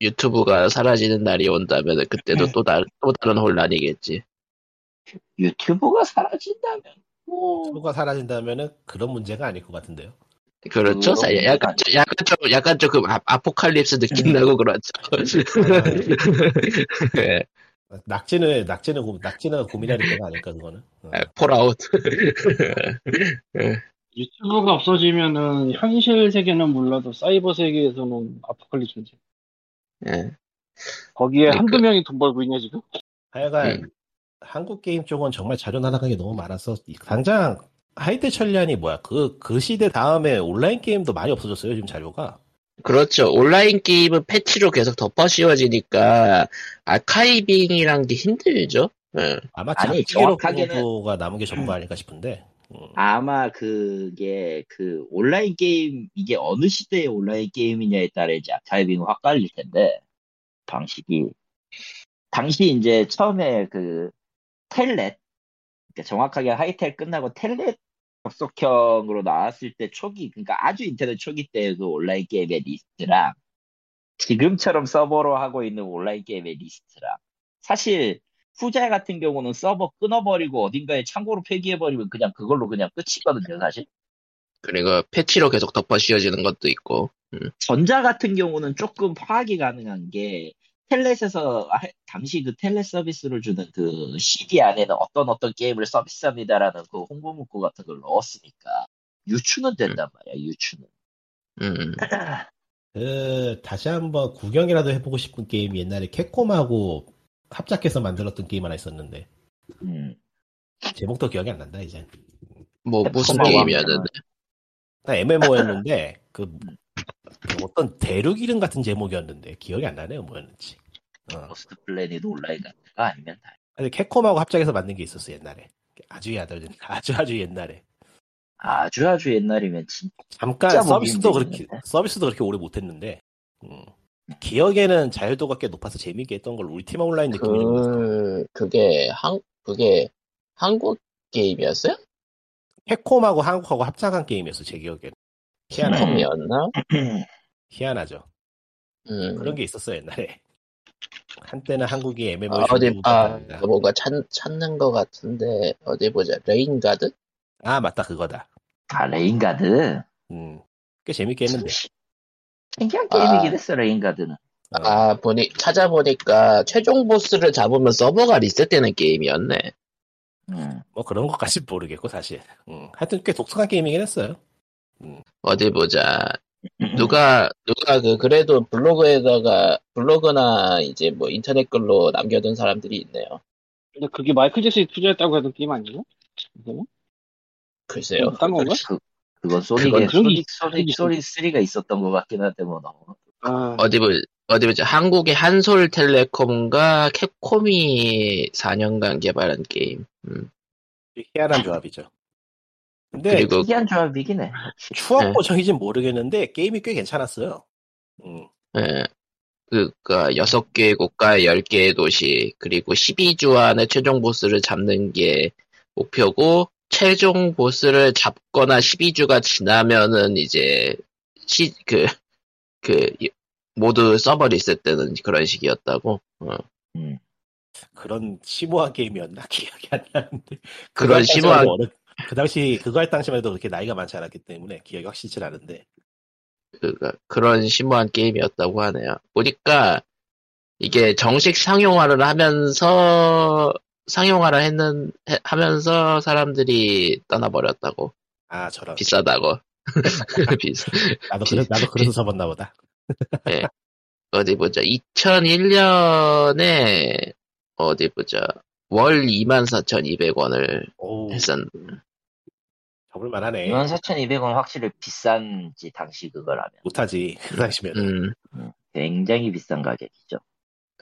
S1: 유튜브가 사라지는 날이 온다면 그때도 또, 다, 또 다른 혼란이겠지.
S2: 유튜브가 사라진다면 뭐
S3: 투가 사라진다면은 그런 문제가 아닐 것 같은데요.
S1: 그렇죠? 사-
S2: 그런
S1: 약간, 좀- 약간 좀, 약간 조금 아, 아포칼립스 느낌 나고 그렇죠.
S3: 네.
S2: 네.
S1: 예,
S3: 낙지는 낙지는 고, 낙지는 고민할 때가 아닐까 그거는. 어.
S1: 아, 폴아웃.
S4: 유튜브가 없어지면은 현실 세계는 몰라도 사이버 세계에서는 아포칼립스지.
S1: 예.
S4: 거기에
S1: 그러니까.
S4: 한두 명이 돈 벌고 있냐 지금?
S3: 하여간
S1: 음.
S3: 한국 게임 쪽은 정말 자료 날아가는 게 너무 많아서 당장 하이테 천리안이 뭐야 그 그 시대 다음에 온라인 게임도 많이 없어졌어요 지금 자료가.
S1: 그렇죠. 온라인 게임은 패치로 계속 덮어 씌워지니까 아카이빙이란 게 힘들죠. 예.
S3: 아마
S2: 아니,
S3: 잡기로
S2: 정확하게는-
S3: 공부가 남은 게 전부 아닐까 싶은데. 음.
S2: 아마 그게 그 온라인 게임 이게 어느 시대의 온라인 게임이냐에 따라 이제 아카이빙이 확 갈릴 텐데 방식이 당시 이제 처음에 그 텔넷 그러니까 정확하게 하이텔 끝나고 텔넷 접속형으로 나왔을 때 초기 그러니까 아주 인터넷 초기 때의 그 온라인 게임의 리스트랑 지금처럼 서버로 하고 있는 온라인 게임의 리스트랑 사실 후자 같은 경우는 서버 끊어버리고 어딘가에 창고로 폐기해버리면 그냥 그걸로 그냥 끝이거든요, 사실.
S1: 그리고 패치로 계속 덮어 씌워지는 것도 있고
S2: 전자 같은 경우는 조금 파악이 가능한 게 텔넷에서 하- 당시 그 텔넷 서비스를 주는 그 CD 안에는 어떤 어떤 게임을 서비스합니다라는 그 홍보 문구 같은 걸 넣었으니까 유추는 된단 말이야 유추는
S1: 음.
S3: 그, 다시 한번 구경이라도 해보고 싶은 게임이 옛날에 캡콤하고 합작해서 만들었던 게임 하나 있었는데
S2: 음.
S3: 제목도 기억이 안 난다 이제.
S1: 뭐 무슨
S2: 고마워.
S1: 게임이었는데
S3: 나 MMO였는데 그 어떤 대륙 이름 같은 제목이었는데 기억이 안 나네요 뭐였는지. 어.
S2: 로스트 플래닛 온라인 같은 거 아니면 다
S3: 근데 캡콤하고 합작해서 만든 게 있었어 옛날에. 아주 야들 아주 아주 옛날에.
S2: 아주 아주 옛날이면 진
S3: 잠깐
S1: 뭐
S2: 진짜 보기
S3: 서비스도
S2: 힘들겠네.
S3: 그렇게 서비스도 그렇게 오래 못했는데. 음. 기억에는 자유도가 꽤 높아서 재미있게 했던 걸 울티마 온라인 느낌이 좀 났어.
S1: 그 그게 한 그게 한국 게임이었어요?
S3: 캡콤하고 한국하고 합작한 게임이었어 제 기억에는. 희한하,
S1: 컴이었나?
S3: 희한하죠.
S1: 음.
S3: 그런 게 있었어 요 옛날에. 한때는 한국이
S1: 아,
S3: MMO
S1: 어디 아
S3: 중국입니다.
S1: 뭔가 찾, 찾는 것 같은데 어디 보자 레인가드?
S3: 아 맞다 그거다.
S2: 아, 레인가드
S3: 음, 꽤 재밌게 했는데.
S2: 신기한
S1: 아.
S2: 게임이긴 했어 레인가드는
S3: 어,
S1: 아 보니 찾아보니까 최종 보스를 잡으면 서버가 리셋되는 게임이었네.
S2: 음.
S3: 뭐 그런 것까지 모르겠고 사실. 음, 하여튼 꽤 독특한 게임이긴 했어요.
S1: 어디 보자. 누가 누가 그 그래도 블로그에다가 블로그나 이제 뭐 인터넷 글로 남겨둔 사람들이 있네요.
S4: 근데 그게 마이클 잭슨이 투자했다고 하던 게임 아니에요? 그거는?
S1: 글쎄요.
S4: 딴 건가?
S2: 그, 그건 소닉의
S4: 그건 그런 게
S2: 소닉 소닉
S4: 있-
S2: 소닉 3가 있었던 것 같긴 한데 뭐 너무
S4: 아,
S1: 어디 보 어디 보자. 한국의 한솔텔레콤과 캡콤이 4년간 개발한 게임.
S3: 희한한 조합이죠. 근데
S1: 그리고
S2: 특이한 조합이긴 해
S3: 추억
S1: 네.
S3: 고정이진 모르겠는데 게임이 꽤 괜찮았어요. 음,
S1: 예. 그니까 여섯 개의 국가, 열 개의 도시, 그리고 12주 안에 최종 보스를 잡는 게 목표고 최종 보스를 잡거나 12주가 지나면은 이제 시 그 그 모두 서버 리셋되는 그런 식이었다고. 어.
S3: 그런 심오한 게임이었나 기억이 안 나는데.
S1: 그런
S3: 그거 할 당시만
S1: 심오한-
S3: 해도 어느- 그 당시 그거 할 당시만 해도 그렇게 나이가 많지 않았기 때문에 기억이 확실치 않은데.
S1: 그러니까 그런 심오한 게임이었다고 하네요. 보니까 이게 정식 상용화를 하면서 상용화를 했는 해- 하면서 사람들이 떠나버렸다고.
S3: 아 저런.
S1: 비싸다고. 비싸.
S3: 나도 그래 나도 그래서 접었나 보다.
S1: 어디 보자. 2001년에 어디 보자. 월 24,200원을
S3: 오 네.
S1: 했었.
S3: 접을 만하네.
S1: 음.
S2: 24,200원 확실히 비싼지 당시 그거라면
S3: 못하지 그 당시면.
S1: 음.
S2: 굉장히 비싼 가격이죠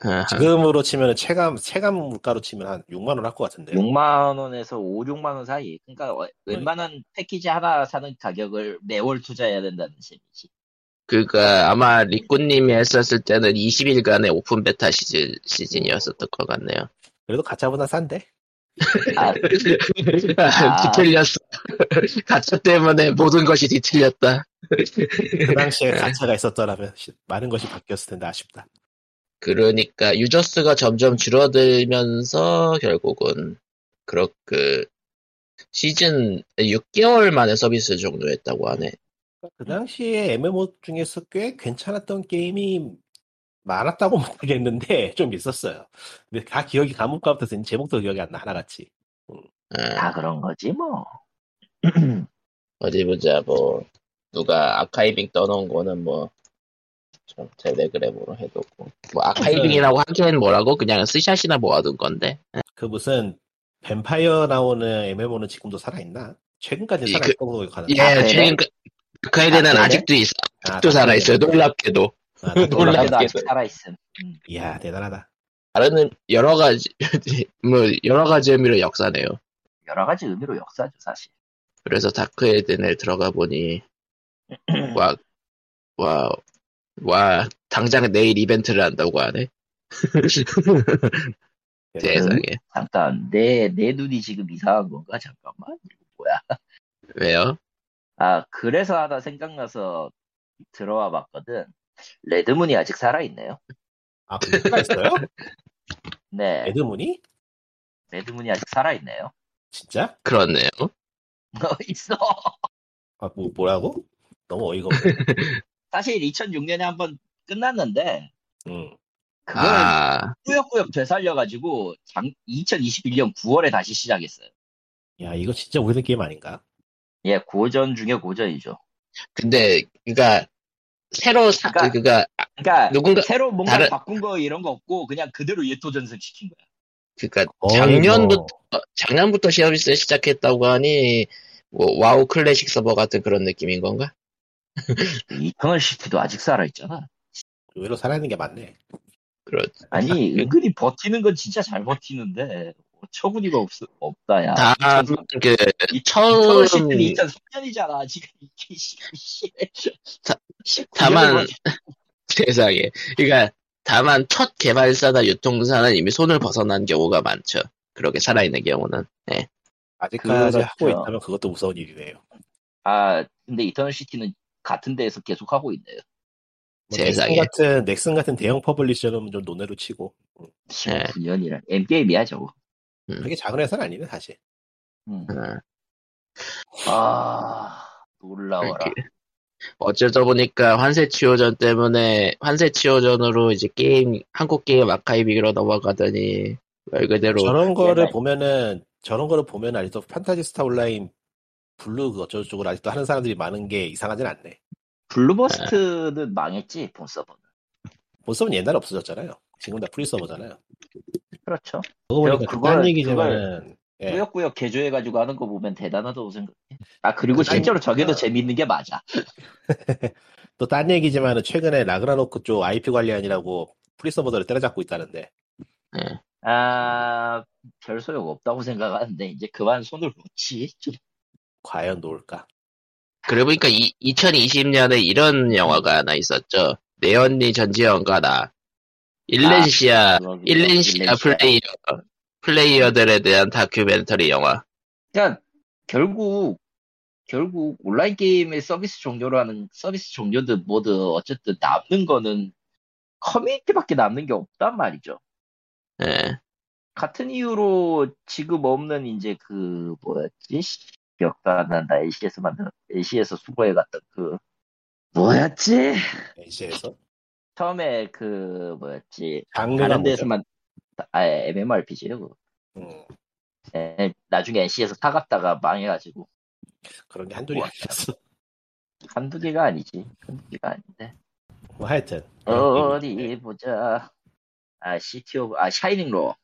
S1: 아하.
S3: 지금으로 치면 체감 체감 물가로 치면 한 6만 원 할 것 같은데.
S2: 6만 원에서 5, 6만 원 사이 그러니까 어- 웬만한 패키지 하나 사는 가격을 매월 투자해야 된다는 셈이지
S1: 그니까 그러니까 아마 리꾸님이 했었을 때는 20일간의 오픈 베타 시즌, 시즌이었었던 것 같네요.
S3: 그래도 가짜보다 싼데.
S2: 아, 아.
S1: 뒤틀렸어. 가차 때문에 모든 것이 뒤틀렸다.
S3: 그 당시에 가차가 있었더라면 시- 많은 것이 바뀌었을 텐데 아쉽다.
S1: 그러니까 유저수가 점점 줄어들면서 결국은 그렇 그 시즌 6개월 만에 서비스 종료했다고 하네.
S3: 그 당시에 MMO 중에서 꽤 괜찮았던 게임이 많았다고 모르겠는데 좀 있었어요. 근데 다 기억이 가물가물해서 제목도 기억이 안 나 하나같이.
S1: 아,
S2: 다 그런 거지 뭐
S1: 어디 보자 뭐 누가 아카이빙 떠놓은 거는 뭐좀 텔레그램으로 해뒀고 뭐 아카이빙이라고 하기엔 뭐라고 그냥 스샷이나 모아둔 건데
S3: 그 무슨 뱀파이어 나오는 MMO는 지금도 살아있나? 최근까지
S1: 이
S3: 살아있던 걸로 가는.
S1: 예
S2: 아, 그래?
S1: 최근까 아카이드는
S2: 아, 그래?
S1: 아직도 있어
S3: 아,
S1: 아직도 살아있어요 놀랍게도
S3: 아, 나도
S1: 놀랍게도.
S2: 놀랍게도
S3: 몰랐다.
S2: 아직 살아있음
S3: 이야 대단하다.
S1: 다른 여러 가지 뭐 여러 가지 의미로 역사네요.
S2: 여러 가지 의미로 역사죠 사실
S1: 그래서 다크에덴을 들어가 보니 와, 와, 와, 당장 내일 이벤트를 한다고 하네. 세상에.
S2: 잠깐 내 내 눈이 지금 이상한 건가 잠깐만 이거 뭐야
S1: 왜요?
S2: 아 그래서 하나 생각나서 들어와 봤거든 레드문이 아직 살아있네요
S3: 아 그거 있어요?
S2: 네
S3: 에드문이?
S2: 레드문이 아직 살아있네요
S3: 진짜?
S2: 어,
S1: 그렇네요.
S2: 있어
S3: 아, 뭐, 뭐라고? 너무 어이가 없네.
S2: 사실 2006년에 한 번 끝났는데
S3: 음.
S2: 그걸
S1: 아,
S2: 꾸역꾸역 되살려가지고 장, 2021년 9월에 다시 시작했어요.
S3: 야, 이거 진짜 오래된 게임 아닌가?
S2: 예, 고전 중에 고전이죠.
S1: 근데 그니까 새로 사,
S2: 그러니까-
S1: 그니까
S2: 그러니까
S1: 누군가
S2: 새로 뭔가
S1: 다른-
S2: 바꾼 거 이런 거 없고 그냥 그대로 예토전승 시킨 거야.
S1: 그니까
S3: 거의
S1: 작년부터
S3: 뭐,
S1: 작년부터 서비스 시작했다고 하니 뭐 와우 클래식 서버 같은 그런 느낌인 건가?
S2: 이터널 시티도 아직 살아있잖아.
S3: 의외로 살아있는 게 많네.
S1: 그렇.
S2: 아니 은근히 버티는 건 진짜 잘 버티는데 어처구니가 없, 없다 야.
S1: 다음 그
S2: 아, 이-
S1: 처음
S2: 이터널 시티는 2003년이잖아. 지금 이게 씨- 씨-
S1: 다-
S2: 19
S1: 다만-
S2: 년을
S1: 세상에. 그러니까 다만 첫 개발사나 유통사는 이미 손을 벗어난 경우가 많죠. 그렇게 살아있는 경우는. 네.
S3: 아직까지
S2: 그렇죠.
S3: 하고 있다면 그것도 무서운 일이네요.
S2: 아, 근데 이터널 시티는 같은 데에서 계속 하고 있네요.
S3: 뭐
S1: 세상에.
S3: 넥슨 같은, 넥슨 같은 대형 퍼블리셔는 좀 논외로 치고. 음.
S1: 네.
S2: 19년이라. 엠게임이야, 저거.
S3: 그게 작은 회사는 아니네, 사실.
S2: 음.
S1: 어.
S2: 아, 놀라워라.
S1: 네, 그렇게. 어쩌다 보니까 환세치호전 때문에 환세치호전으로 이제 게임 한국 게임 아카이비로 넘어가더니 말 그대로
S3: 저런 거를
S2: 옛날-
S3: 보면은, 저런 거를 보면 아직도 판타지스타 온라인 블루 그 어쩌고저쩌고 아직도 하는 사람들이 많은 게 이상하진 않네.
S2: 블루버스트는 망했지, 본 서버는.
S3: 본서는 옛날에 없어졌잖아요. 지금 다 프리서버잖아요.
S2: 그렇죠.
S3: 그거 보니까
S2: 그걸-
S3: 그딴 얘기지만은,
S1: 네.
S3: 예.
S2: 꾸역꾸역 개조해가지고 하는 거 보면 대단하다고 생각해. 어. 아, 그리고
S1: 그렇죠.
S3: 그러니까
S2: 실제로
S3: 이-
S2: 저게 더 재밌는 게 맞아.
S3: 또 딴 얘기지만은 최근에 라그나노크 쪽 IP 관리안이라고 프리서버들을 때려잡고 있다는데
S2: 아, 별 소용 없다고 생각하는데, 이제 그만 손을 놓지. 좀
S3: 과연 놓을까?
S1: 그러고 보니까 2020년에 이런 영화가 하나 있었죠. 내 언니 전지현과 나 일렌시아
S2: 그거-
S1: 일렌시아
S2: 일렌시아.
S1: 플레이어 플레이어들에 대한 다큐멘터리 영화.
S2: 그러니까 결국 결국 온라인 게임의 서비스 종료라는 서비스 종료든 뭐든 어쨌든 남는 거는 커뮤니티밖에 남는 게 없단 말이죠.
S1: 예.
S2: 같은 이유로 지금 없는 이제 그 뭐였지 씨, 기억도 안 난다. AC에서 만든 AC에서 수거해 갔던 그 뭐였지
S3: NC에서
S2: 처음에 그 뭐였지
S3: 장르가
S2: 다른
S3: 뭐죠?
S2: 데서만 아 MMORPG예요. 그거.
S3: 음,
S2: 예, 나중에 NC에서 사갔다가 망해가지고
S3: 그런 게 한둘이 아니었어.
S2: 한두 개가 아니지. 한두 개가 아닌데.
S3: 뭐 하여튼
S2: 어디 보자. 아, 시티 오브, 아, 샤이닝 로어.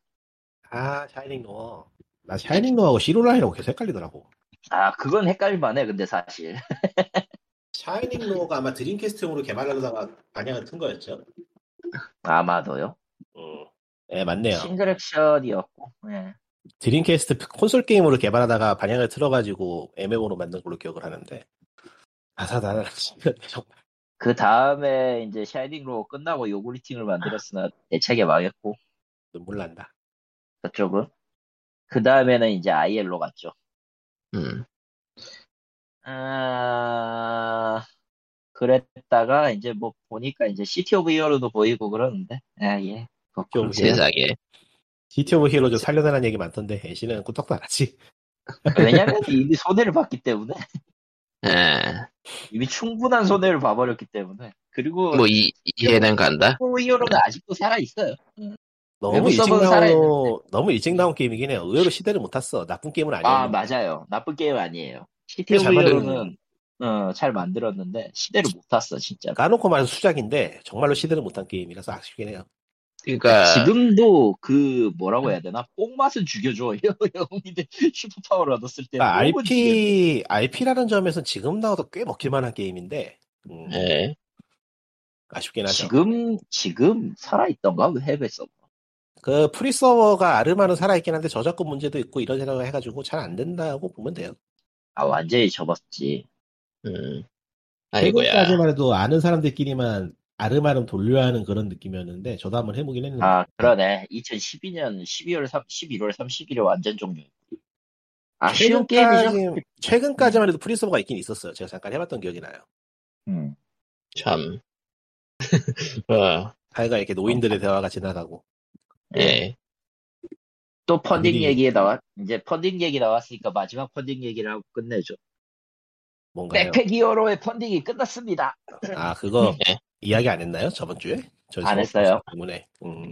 S3: 아 샤이닝 노어 나 샤이닝 노어하고 시로라인하고 계속 헷갈리더라고.
S2: 아, 그건 헷갈릴만 해, 근데 사실.
S3: 샤이닝 노어가 아마 드림캐스트용으로 개발하려다가 방향을 튼 거였죠.
S2: 아마도요.
S3: 음. 예 맞네요.
S2: 싱글 액션이었고, 예.
S3: 드림캐스트 그 콘솔 게임으로 개발하다가 방향을 틀어가지고 MMO로 만든 걸로 기억을 하는데 아사다나 정말
S2: 그 다음에 이제 샤이닝 로어 끝나고 요구리팅을 만들었으나 대책에 망했고,
S3: 눈물 난다.
S2: 그쪽은. 그 다음에는 이제 IL로 갔죠.
S1: 음.
S2: 아, 그랬다가 이제 뭐 보니까 이제 시티 오브 히어로도 보이고 그러는데, 아, 예. 그거
S3: 시티 오브
S2: 그렇고요.
S1: 세상에.
S3: GT 오브 히로즈 살려내라는 얘기 많던데 NC는 꾸덕도 안 하지.
S2: 왜냐면 이미 손해를 봤기 때문에.
S1: 예.
S2: 이미 충분한 손해를 봐버렸기 때문에 그리고
S1: 뭐 이, 이해는 간다.
S2: 뭐 히어로는 아직도 살아있어요
S3: 너무
S2: 외국
S3: 일찍
S2: 서버는
S3: 나온
S2: 살아있는데.
S3: 너무 일찍 나온 게임이긴 해요. 의외로 시대를 못 탔어. 나쁜 게임은 아니에요.
S2: 아 맞아요 나쁜 게임 아니에요 시티
S3: 꽤
S2: 브
S3: 잘
S2: 히어로는 어, 잘 만들었는데 시대를 못 탔어 진짜
S3: 까놓고 말해서 수작인데 정말로 시대를 못 탄 게임이라서 아쉽긴 해요.
S1: 그러니까
S2: 아, 지금도 그 뭐라고 해야 되나 뽕맛은 죽여줘 영웅인데 슈퍼파워를 얻었을 때
S3: 그러니까
S2: 뽕은 죽여줘.
S3: RP RP라는 점에서 지금 나와도 꽤 먹힐만한 게임인데 음,
S1: 예.
S3: 아쉽긴 하죠.
S2: 네. 지금 지금 살아있던가 해외 서버
S3: 그 프리 서버가 아르마는 살아있긴 한데 저작권 문제도 있고 이런 생각을 해가지고 잘 안 된다고 보면 돼요.
S2: 아 완전히 접었지
S1: 음. 아이고야.
S3: 최근까지만 해도 아는 사람들끼리만 아르마름 돌려야 하는 그런 느낌이었는데 저도 한번 해보긴 했는데
S2: 아 그러네 2012년 12월 3, 11월 31일에 완전 종료 아쉬운 게임이죠
S3: 최근까지, 최근까지만 해도 프리 서버가 있긴 있었어요. 제가 잠깐 해봤던 기억이 나요.
S2: 음.
S1: 참. 어.
S3: 하여간 이렇게 노인들의 대화가 지나가고
S1: 예.
S2: 또 펀딩
S3: 아니.
S2: 얘기에 나왔 이제 펀딩 얘기 나왔으니까 마지막 펀딩 얘기를 하고 끝내죠.
S3: 뭔가요?
S2: 백팩 2호로의 펀딩이 끝났습니다.
S3: 아
S2: 어,
S3: 그거
S1: 예.
S3: 이야기 안 했나요 저번 주에? 저
S2: 안
S3: 저번
S2: 했어요.
S3: 때문에. 음,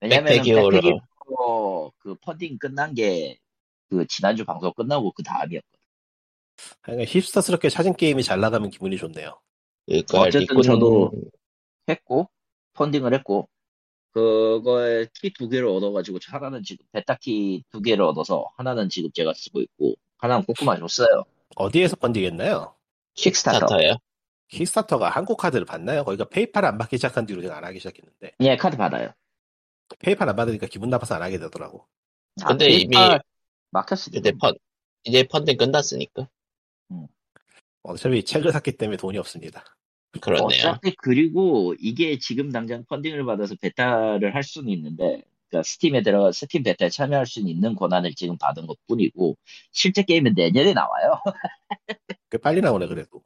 S2: 왜냐면 백팩
S1: 2호로.
S2: 2호로 그 펀딩 끝난 게 그 지난주 방송 끝나고 그 다음이었거든.
S3: 하여간 힙스터스럽게 사진 게임이 잘 나가면 기분이 좋네요.
S1: 그러니까
S2: 어쨌든
S1: 리코는
S2: 저도- 했고 펀딩을 했고 그거에 키 두 개를 얻어가지고 하나는 지금 베타 키두 개를 얻어서 하나는 지금 제가 쓰고 있고 하나는 꼬꼬마 줬어요.
S3: 어디에서 펀딩했나요?
S2: 킥스타터.
S1: 스타터요.
S3: 킥스타터가 한국 카드를 받나요? 거기가 페이팔 안 받기 시작한 뒤로 그냥 안 하기 시작했는데
S2: 예, 카드 받아요.
S3: 페이팔 안 받으니까 기분 나빠서 안 하게 되더라고.
S2: 아,
S1: 근데 이미
S2: 페이팔 막혔을
S1: 이제
S2: 때.
S1: 펀 이제 펀딩 끝났으니까
S3: 어차피 책을 샀기 때문에 돈이 없습니다.
S1: 그렇네요.
S2: 어차피 그리고 이게 지금 당장 펀딩을 받아서 베타를 할 수는 있는데 그러니까 스팀에 들어가 스팀 베타에 참여할 수 있는 권한을 지금 받은 것뿐이고 실제 게임은 내년에 나와요.
S3: 꽤 빨리 나오네 그래도.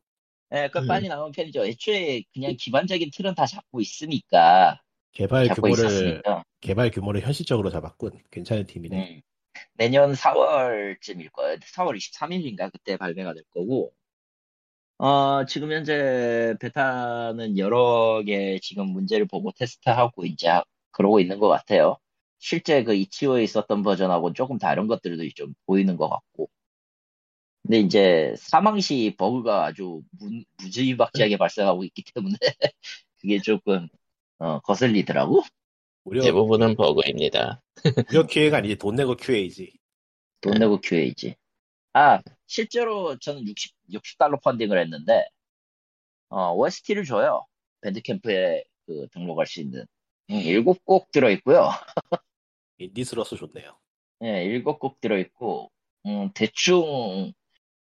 S2: 예, 그
S1: 음.
S2: 빨리 나온 편이죠. 애초에 그냥 기반적인 틀은 다 잡고 있으니까
S3: 개발
S2: 잡고
S3: 규모를
S2: 있었으니까.
S3: 개발 규모를 현실적으로 잡았군. 괜찮은 팀이네.
S2: 음. 내년 4월쯤일 거예요. 4월 23일인가 그때 발매가 될 거고. 어, 지금 현재 베타는 여러 개 지금 문제를 보고 테스트하고 이제 그러고 있는 것 같아요. 실제 그 이치오에 있었던 버전하고 조금 다른 것들도 좀 보이는 것 같고. 근데 이제 사망 시 버그가 아주 무, 무지막지하게 발생하고 있기 때문에 그게 조금 어, 거슬리더라고.
S3: 무료
S2: 뭐
S1: 대부분은 버그입니다.
S3: 무료 QA가 아니지 돈 내고 QA지.
S2: 돈 내고 QA지. 아, 실제로 저는 60, 60달러 펀딩을 했는데, 어, OST를 줘요. 밴드캠프에 그 등록할 수 있는. 음, 일곱 곡 들어있고요.
S3: 인디스러스 좋네요.
S2: 예, 일곱 곡 들어있고, 음, 대충,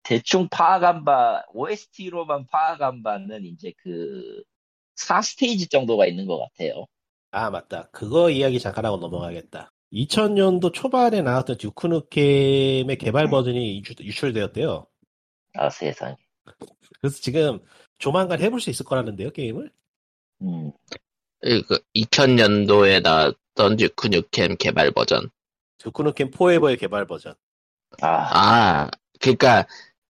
S2: 대충 파악한 바, OST로만 파악한 바는 이제 그, 4스테이지 정도가 있는 것 같아요.
S3: 아 맞다. 그거 이야기 잠깐 하고 넘어가겠다. 2000년도 초반에 나왔던 듀크누켐의 개발 버전이 유출- 유출되었대요.
S2: 아, 세상에.
S3: 그래서 지금 조만간 해볼 수 있을 거라는데요 게임을?
S2: 음,
S1: 그 2000년도에 나왔던 듀크뉴켐 개발 버전.
S3: 듀크누켐 포에버의 개발 버전.
S2: 아,
S1: 아, 그러니까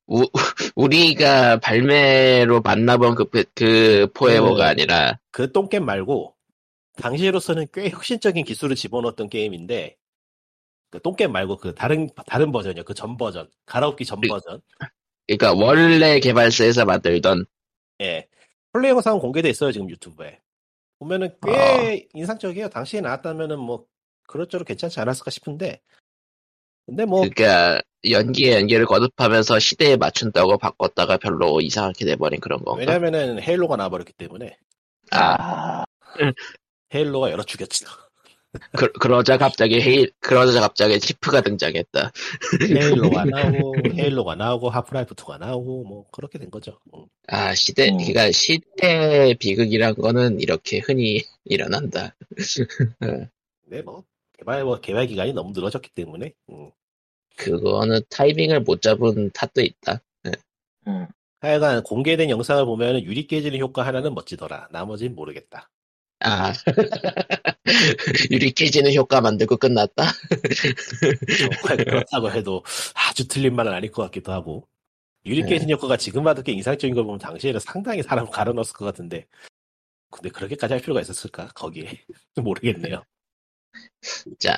S1: 우, 우리가 발매로 만나본 그, 그, 그 포에버가
S3: 그-
S1: 아니라
S3: 그 똥겜 말고 당시로서는 꽤 혁신적인 기술을 집어넣었던 게임인데 그 똥겜 말고 그 다른 다른 버전이요. 그 전 버전 갈아엎기 전
S1: 네.
S3: 버전.
S1: 그러니까 원래 개발사에서 만들던
S3: 예. 플레이어 상은 공개돼 있어요 지금 유튜브에. 보면은 꽤
S1: 아.
S3: 인상적이에요. 당시에 나왔다면은 뭐 그럴저럴 괜찮지 않았을까 싶은데. 근데 뭐
S1: 그러니까 연기에 연기를 거듭하면서 시대에 맞춘다고 바꿨다가 별로 이상하게 돼버린 그런 건가?
S3: 왜냐면은 헤일로가 나와버렸기 때문에
S1: 아,
S2: 아,
S3: 헤일로가 열어 죽였죠.
S1: 그, 그러자 갑자기 헤일 그러자 갑자기 치프가 등장했다.
S3: 헤일로가 나오고 헤일로가 나오고 하프라이프 2가 나오고 뭐 그렇게 된 거죠. 음.
S1: 아 시대
S2: 음.
S1: 그러니까 시대 비극이란 거는 이렇게 흔히 일어난다.
S3: 근데 뭐 개발 뭐 개발 기간이 너무 늘어졌기 때문에 음.
S1: 그거는 타이밍을 못 잡은 탓도 있다.
S2: 음,
S3: 하여간 공개된 영상을 보면 유리 깨지는 효과 하나는 멋지더라. 나머지는 모르겠다.
S1: 아 유리 깨지는 효과 만들고 끝났다.
S3: 정말
S2: 예.
S3: 그렇다고 해도 아주 틀린 말은 아닐 것 같기도 하고 유리
S2: 예.
S1: 네.
S3: 깨지는 효과가 지금 봐도 꽤 인상적인 걸 보면 당시에는 상당히 사람 갈아 넣었을 것 같은데 근데 그렇게까지 할 필요가 있었을까 거기에 모르겠네요.
S1: 자,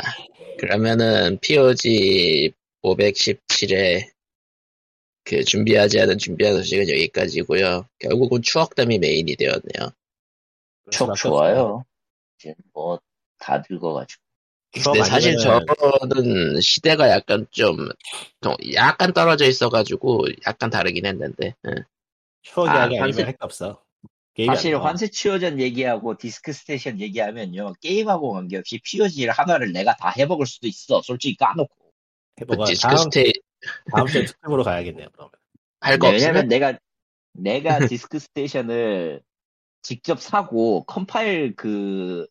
S1: 그러면은 POG 517에 그 준비하지 않은 준비한 소식은 여기까지고요. 결국은 추억담이 메인이 되었네요.
S2: 추억 좋아요. 이제 뭐, 다 늙어가지고.
S3: 추억
S1: 근데 사실
S3: 아니면은
S1: 저는 시대가 약간 좀 좀 약간 떨어져 있어가지고 약간 다르긴 했는데 예.
S3: 추억
S2: 아,
S3: 이야기
S2: 사실-
S3: 아니면 할게 없어. 게임이 안
S2: 사실
S3: 나와.
S2: 환세 치워전 얘기하고 디스크 스테이션 얘기하면요 게임하고 관계없이 POG를 하나를 내가 다 해먹을 수도 있어 솔직히 까놓고
S3: 해보가
S1: 그 디스크
S3: 다음
S1: 스테이
S3: 다음 주에 특집으로 가야겠네요. 그러면
S1: 할 거
S2: 네, 왜냐면
S1: 없으면
S2: 내가 내가 디스크 스테이션을 직접 사고 컴파일 그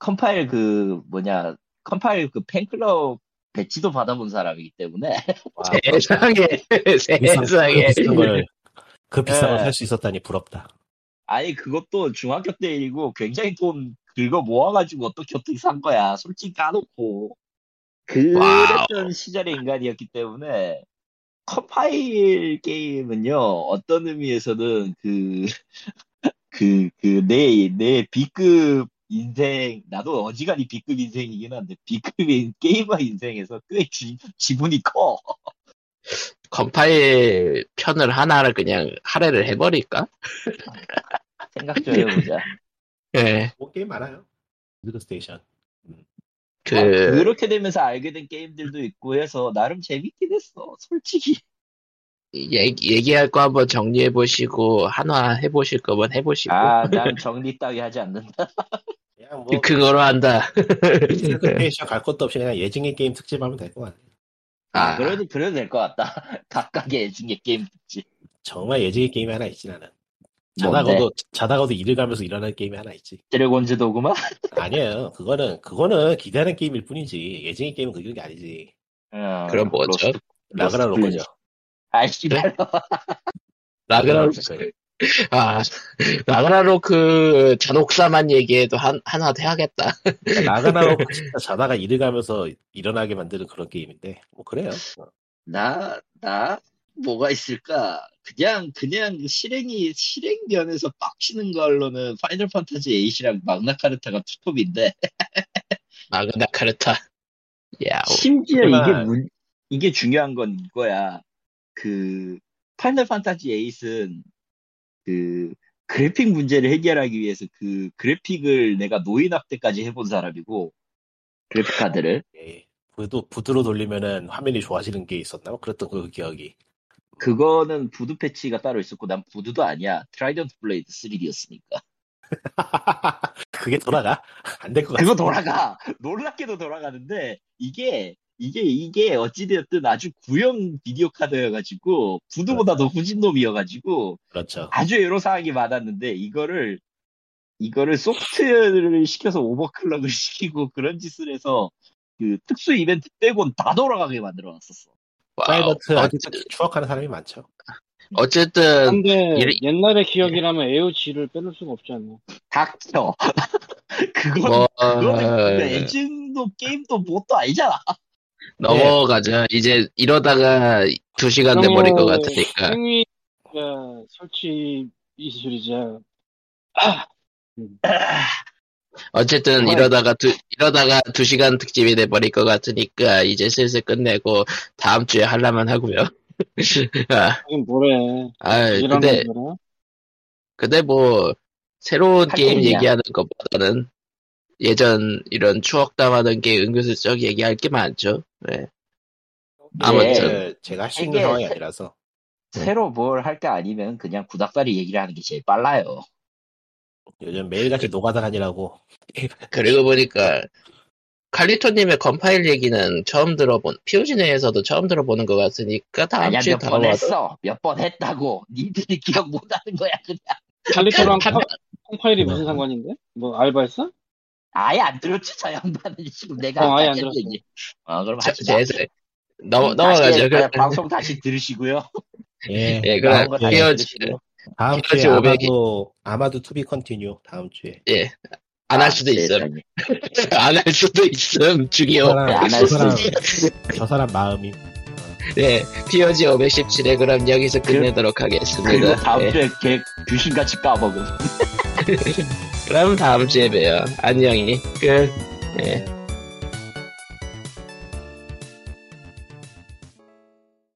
S2: 컴파일 그 뭐냐 컴파일 그 팬클럽 배치도 받아본 사람이기 때문에
S3: 와,
S1: 세상에
S3: 비싼-
S1: 세상에
S3: 그 비싼 걸, 그 비싼 걸
S2: 예.
S3: 살 수 있었다니 부럽다.
S2: 아니 그것도 중학교 때 일이고 굉장히 돈 긁어 모아가지고 어떻게 어떻게 산 거야 솔직히 까놓고 그랬던
S1: 와우.
S2: 시절의 인간이었기 때문에 컴파일 게임은요, 어떤 의미에서는 그, 그, 그, 내, 내 B급 인생, 나도 어지간히 B급 인생이긴 한데, B급인 게이머 인생에서 꽤 지, 지분이 커.
S1: 컴파일 편을 하나를 그냥 할애를 해버릴까?
S2: 생각 좀 해보자.
S1: 예.
S3: 뭐 게임 많아요. 미드 스테이션.
S2: 아,
S1: 그,
S2: 그렇게 되면서 알게 된 게임들도 있고 해서, 나름 재밌긴 했어, 솔직히.
S1: 얘기, 얘기할 거 한번 정리해보시고, 한화 해보실 거면 해보시고.
S2: 아, 난 정리 따위 하지 않는다.
S3: 그냥 뭐
S1: 그거로 한다.
S3: 미드
S2: 그러니까.
S3: 스테이션 갈 것도 없이 그냥 예증의 게임 특집하면 될 것 같아요.
S1: 아,
S2: 그래도, 그래도 될 것 같다. 각각의 애증의 게임 듣지.
S3: 정말 예증의 게임이 하나 있지 나는.
S2: 뭔데?
S3: 자다가도 자다가도 일을 가면서 일어나는 게임이 하나 있지.
S2: 뭐, 네. 드래곤즈 도구마?
S3: 아니에요. 그거는 그거는 기대하는 게임일 뿐이지 예증의 게임은 그게 아니지.
S2: 어,
S1: 그럼 뭐죠?
S2: 로스트-
S3: 라그라
S2: 로스트 네?
S3: 로커죠.
S2: 플레이스. 아이씨, 발
S3: 네,
S1: 라그라로크. 아, 라그라로크 잔혹사만 얘기해도 한, 하나 돼야겠다.
S3: 그러니까 라그나로크 진짜 자다가 일을 가면서 일어나게 만드는 그런 게임인데 뭐 그래요. 어.
S2: 나, 나, 뭐가 있을까? 그냥, 그냥 실행이, 실행면에서 빡치는 걸로는 파이널 판타지 8이랑 막나카르타가 투톱인데,
S1: 아, 마그나 카르타. 야,
S2: 심지어 이게
S3: 하지만-
S2: 문, 이게 중요한 건 이거야. 그, 파이널 판타지 8은 그, 그래픽 문제를 해결하기 위해서 그 그래픽을 내가 노인학 때까지 해본 사람이고, 그래픽카드를.
S3: 예. 그래도 부드로 돌리면은 화면이 좋아지는 게 있었나? 뭐 그랬던 그 기억이.
S2: 그거는 부두 패치가 따로 있었고, 난 부두도 아니야. 트라이던트 블레이드 3D였으니까.
S3: 그게 돌아가? 안 될 것 같아.
S2: 그거 돌아가! 놀랍게도 돌아가는데, 이게, 이게, 이게 어찌되었든 아주 구형 비디오 카드여가지고, 부두보다 더 후진놈이여가지고,
S3: 그렇죠.
S2: 아주 애로사항이 많았는데, 이거를, 이거를 소프트를 시켜서 오버클럭을 시키고 그런 짓을 해서, 그 특수 이벤트 빼곤 다 돌아가게 만들어 놨었어.
S1: 와우.
S3: 사이버트
S1: 어,
S3: 아직도 추억하는 사람이 많죠.
S1: 어쨌든,
S4: 근데
S1: 이래-
S4: 옛날의 기억이라면 에오지를 빼놓을 수가 없지 않나.
S2: 닥쳐. 그건
S1: 뭐,
S2: 그거는 근데 엔진도 게임도 뭣도 아니잖아.
S1: 넘어가자. 이제 이러다가 두 시간 내버릴 것 같으니까.
S4: 행위 그, 설치 이술이자
S1: 어쨌든 이러다가 두, 이러다가 두 시간 특집이 내버릴 것 같으니까 이제 슬슬 끝내고 다음 주에 하려면 하고요. 아,
S4: 그건 뭐래.
S1: 아,
S4: 이런
S1: 근데,
S4: 거라.
S1: 근데 뭐, 새로운
S2: 할
S1: 게임
S2: 게임이야.
S1: 얘기하는 것보다는 예전 이런 추억 담아둔 게 은근슬쩍 얘기할 게 많죠. 네. 아무튼.
S3: 이제 제가 할 수 있는
S2: 이게-
S3: 상황이 아니라서.
S2: 예, 새로 뭘 할 게 아니면 그냥 구닥다리 얘기를 하는 게 제일 빨라요.
S3: 요즘 매일같이 노가다 다니라고
S1: 그리고 보니까 칼리토님의 건파일 얘기는 처음 들어본, POG 내에서도 처음 들어보는 것 같으니까 다음
S2: 아니야
S1: 주에
S2: 몇 번
S1: 다뤄와도
S2: 했어, 몇 번 했다고. 니들이 기억 못하는 거야 그냥.
S4: 칼리토랑
S1: 칸-
S4: 콩- 콩파일이 무슨 상관인데? 뭐 알바했어?
S2: 아예 안 들었지 저 양반은 지금 내가
S4: 어, 아예 안
S2: 했는데.
S4: 들었어요.
S2: 아 그럼
S1: 자,
S2: 하지 마.
S1: 제, 제, 넘어,
S2: 음,
S1: 넘어가죠.
S2: 다시,
S1: 그,
S2: 아, 방송 다시 들으시고요.
S3: 예.
S1: 예,
S2: 나온
S1: 그럼,
S2: 거 다시
S1: POG,
S2: 들으시고요.
S3: 다음
S1: 이거지,
S3: 주에
S1: 오백이.
S3: 아마도 아마도 투비 컨티뉴 다음 주에
S1: 예. 안 할
S2: 아,
S1: 수도 있음.
S2: 세상에.
S1: 안 할 수도 있음. 중요.
S3: 사람,
S2: 네, 안
S3: 저
S2: 할 수도
S3: 사람 저 사람 마음이
S1: 예. POG 517에 그럼 여기서 끝내도록
S2: 그리고
S1: 하겠습니다.
S2: 다음
S1: 예.
S2: 주에 걔 귀신같이 까먹음.
S1: 그럼 다음 주에 봬요. 안녕히. 끝. 예.
S3: 예.